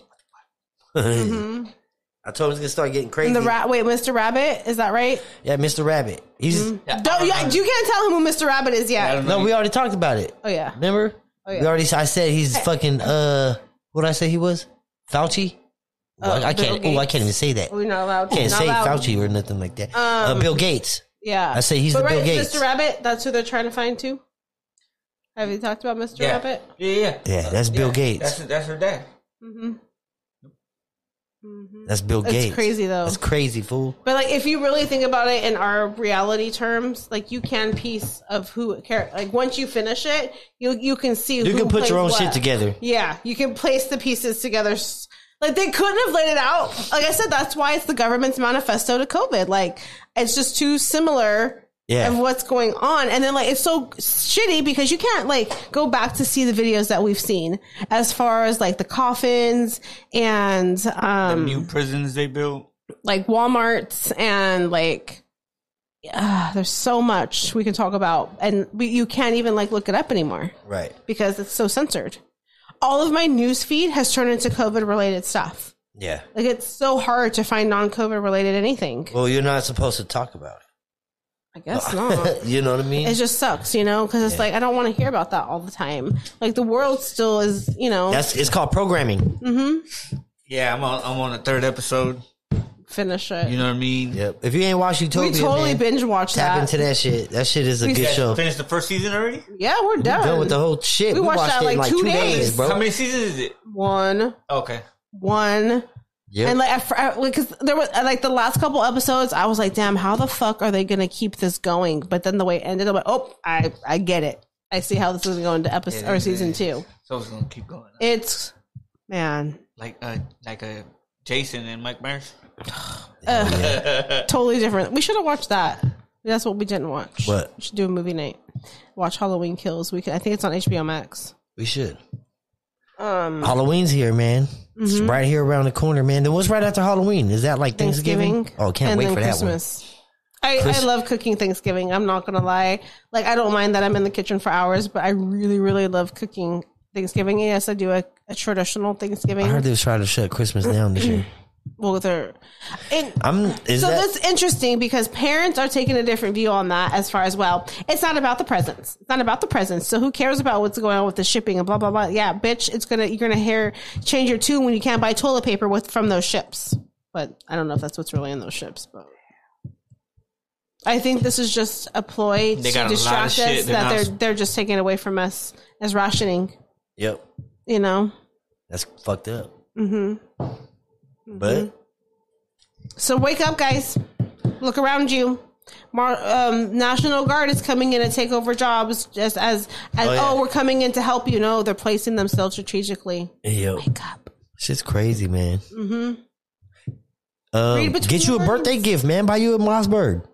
I told him to start getting crazy. Mm-hmm. And the rat, wait, Mr. Rabbit, is that right? yeah, Mr. Rabbit. He's Yeah, I Don't, yeah, you can't tell him who Mr. Rabbit is I yet. don't know. no. We already talked about it. Oh, yeah. Remember? yeah. We already. I said he's fucking. Uh, what did I say he was? Fauci. Oh, I, I Uh, Bill can't. Oh, I can't even say that. We're not allowed. can't not say Um, allowed. Fauci or nothing like that. uh, Bill Gates. Yeah, I say he's the Bill right, Gates. Mr. Rabbit. That's who they're trying to find too. Have you talked about Mr. yeah. Rabbit? yeah, yeah, Yeah, that's Bill Gates. That's That's, that's her dad. Bill That's Gates. crazy though. That's crazy, fool. But like, if you really think about it in our reality terms, like you can piece of who care. Like once you finish it, you you can see You who can put plays your own what. shit together. Yeah, you can place the pieces together. S- Like they couldn't have laid it out. Like I said, that's why it's the government's manifesto to COVID. Like it's just too similar Yeah. of what's going on. And then like it's so shitty because you can't like go back to see the videos that we've seen as far as like the coffins and um New prisons they built. like Walmart's and like ah, there's so much we can talk about and we, you can't even like look it up anymore Right. because it's so censored. All of my news feed has turned into COVID related stuff. Yeah. Like it's so hard to find non COVID related anything. Well, you're not supposed to talk about I guess not. it. you know what I mean? It just sucks, you know, because it's like I don't want to hear about that all the time. Like the world still is, you know, That's it's called programming. Mm. Yeah, I'm on. I'm on the third episode. finish it. You know what I mean? Yep. If you ain't watched Utopia, we totally man, binge watched tap that. into that shit. That shit is a We good said- show. Finished the first season already. yeah, we're done. Done with the whole shit. We watched that it in like two days. bro. How many seasons is it? one, Okay, one. Yep. And like, because there was like the last couple episodes, I was like, "Damn, how the fuck are they gonna keep this going?" But then the way it ended, I'm like, "Oh, I I get it. I see how this is going to episode Yeah, or yeah, season yeah. two. So it's gonna keep going. It's man, Like uh like a Jason and Mike Myers. totally different. We should have watched that. That's what we didn't watch. What? we should do a movie night. Watch Halloween Kills. We could, I think it's on HBO Max. We should. Um, Halloween's here, man. It's Mm-hmm. right here around the corner, man. Then what's right after Halloween? Is that like Thanksgiving? Thanksgiving. Oh, can't and wait then for Christmas. I, I Chris- love cooking Thanksgiving. I'm not gonna lie. Like I don't mind that I'm in the kitchen for hours, but I really, really love cooking Thanksgiving. Yes, I do a, a traditional that one. I heard Thanksgiving. they was trying to shut Christmas down this year. Well, there. And I'm. Is so that? that's interesting because parents are taking a different view on that as far as well. It's not about the presents. It's not about the presents. So who cares about what's going on with the shipping and blah blah blah? Yeah, bitch, it's gonna you're gonna hear change your tune when you can't buy toilet paper with from those ships. But I don't know if that's what's really in those ships. But I think this is just a ploy They to got a lot of distract shit us they're that not- they're they're just taking away from us as rationing. yep. You know. That's fucked up. Mm-hmm. But So wake up, guys. Look around you. Mar- um, National Guard is coming in to take over jobs. Just as, as oh, Oh, yeah. we're coming in to help you. No, they're placing themselves strategically. yo, Wake up. shit's crazy, man. Mm-hmm. Um, Mm-hmm. Read between get you a the birthday lines. Mm-hmm. gift, man. Buy you a Mossberg.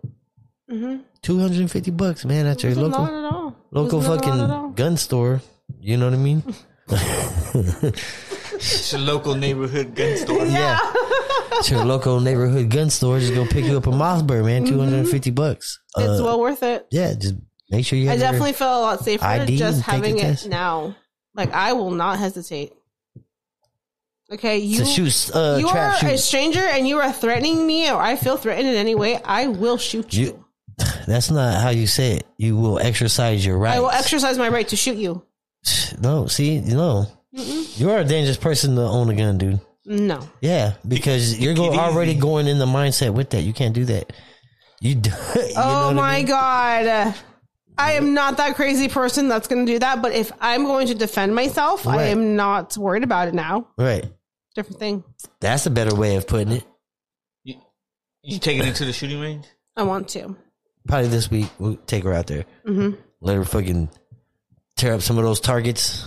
Two hundred and fifty bucks, man, at your It's local not at all. local It's not a lot at fucking all. gun store. You know what I mean? It's a local neighborhood gun store. Yeah. it's your local neighborhood gun store. Just go pick you up a Mossberg, man. Mm-hmm. Two hundred and fifty bucks. It's Uh, well worth it. yeah, just make sure you. I Have your- definitely feel a lot safer ID just and take having the it test. now. Like I will not hesitate. Okay, you to shoot uh, you are trap a shoot. stranger and you are threatening me, or I feel threatened in any way. I will shoot you. You, that's not how you say it. You will exercise your rights. I will exercise my right to shoot you. no, see, no. You are a dangerous person to own a gun, dude. No. Yeah, because you're go- it easy. already going in the mindset with that. You can't do that. You, d- you know oh what my I mean? god. I am not that crazy person that's going to do that, but if I'm going to defend myself, I Right. am not worried about it now. Right. Different thing. That's a better way of putting it. You, you taking it to the shooting range? I want to. Probably this week we'll take her out there. Mm-hmm. Let her fucking tear up some of those targets.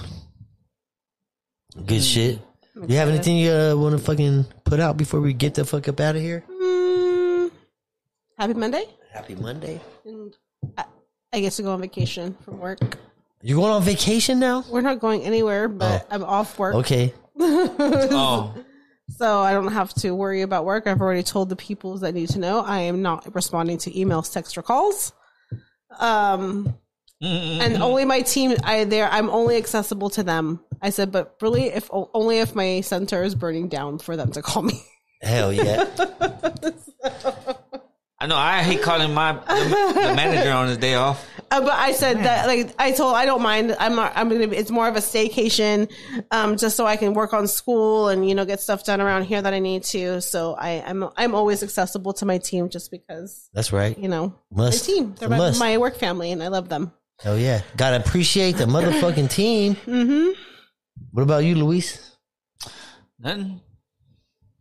Good shit. You have anything you uh, want to fucking put out before we get the fuck up out of here? Mm, happy Monday. Happy Monday. And I, I guess to go on vacation from work. You going on vacation now? We're not going anywhere, but I'm off work. Oh. Okay. Oh. So I don't have to worry about work. I've already told the people that need to know I am not responding to emails, texts, or calls. Um, and only my team. I there. I'm only accessible to them. I said, but really, if only if my center is burning down for them to call me. Hell yeah. I know I hate calling my the, the manager on his day off. Uh, but I said that like I told I don't mind. I'm not, I'm gonna. It's more of a staycation, um, just so I can work on school and you know get stuff done around here that I need to. So I I'm I'm always accessible to my team just because That's right. you know Must. my team. They're my, Must. my work family, and I love them. Hell yeah. Gotta appreciate the motherfucking team. Mm-hmm. What about you, Luis? Nothing.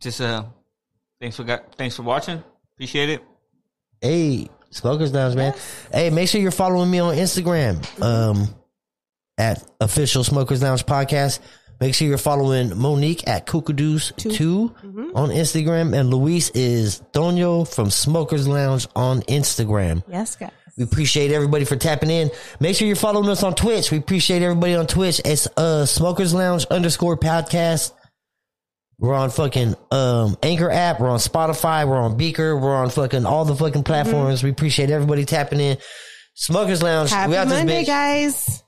Just uh, thanks for got, thanks for watching. Appreciate it. Hey, Smokers Lounge, man. Hey, make sure you're following me on Instagram um, at Official Smokers Lounge Podcast. Make sure you're following Monique at Kookadoos 2 on Instagram. And Luis is Donio from Smokers Lounge on Instagram. Yes, guys. We appreciate everybody for tapping in. Make sure you're following us on Twitch. We appreciate everybody on Twitch. It's uh Smokers Lounge underscore podcast. We're on fucking um Anchor app. We're on Spotify. We're on Beaker. We're on fucking all the fucking platforms. We appreciate everybody tapping in. Smokers Lounge. Mm-hmm. Happy we out Monday, this bitch. guys.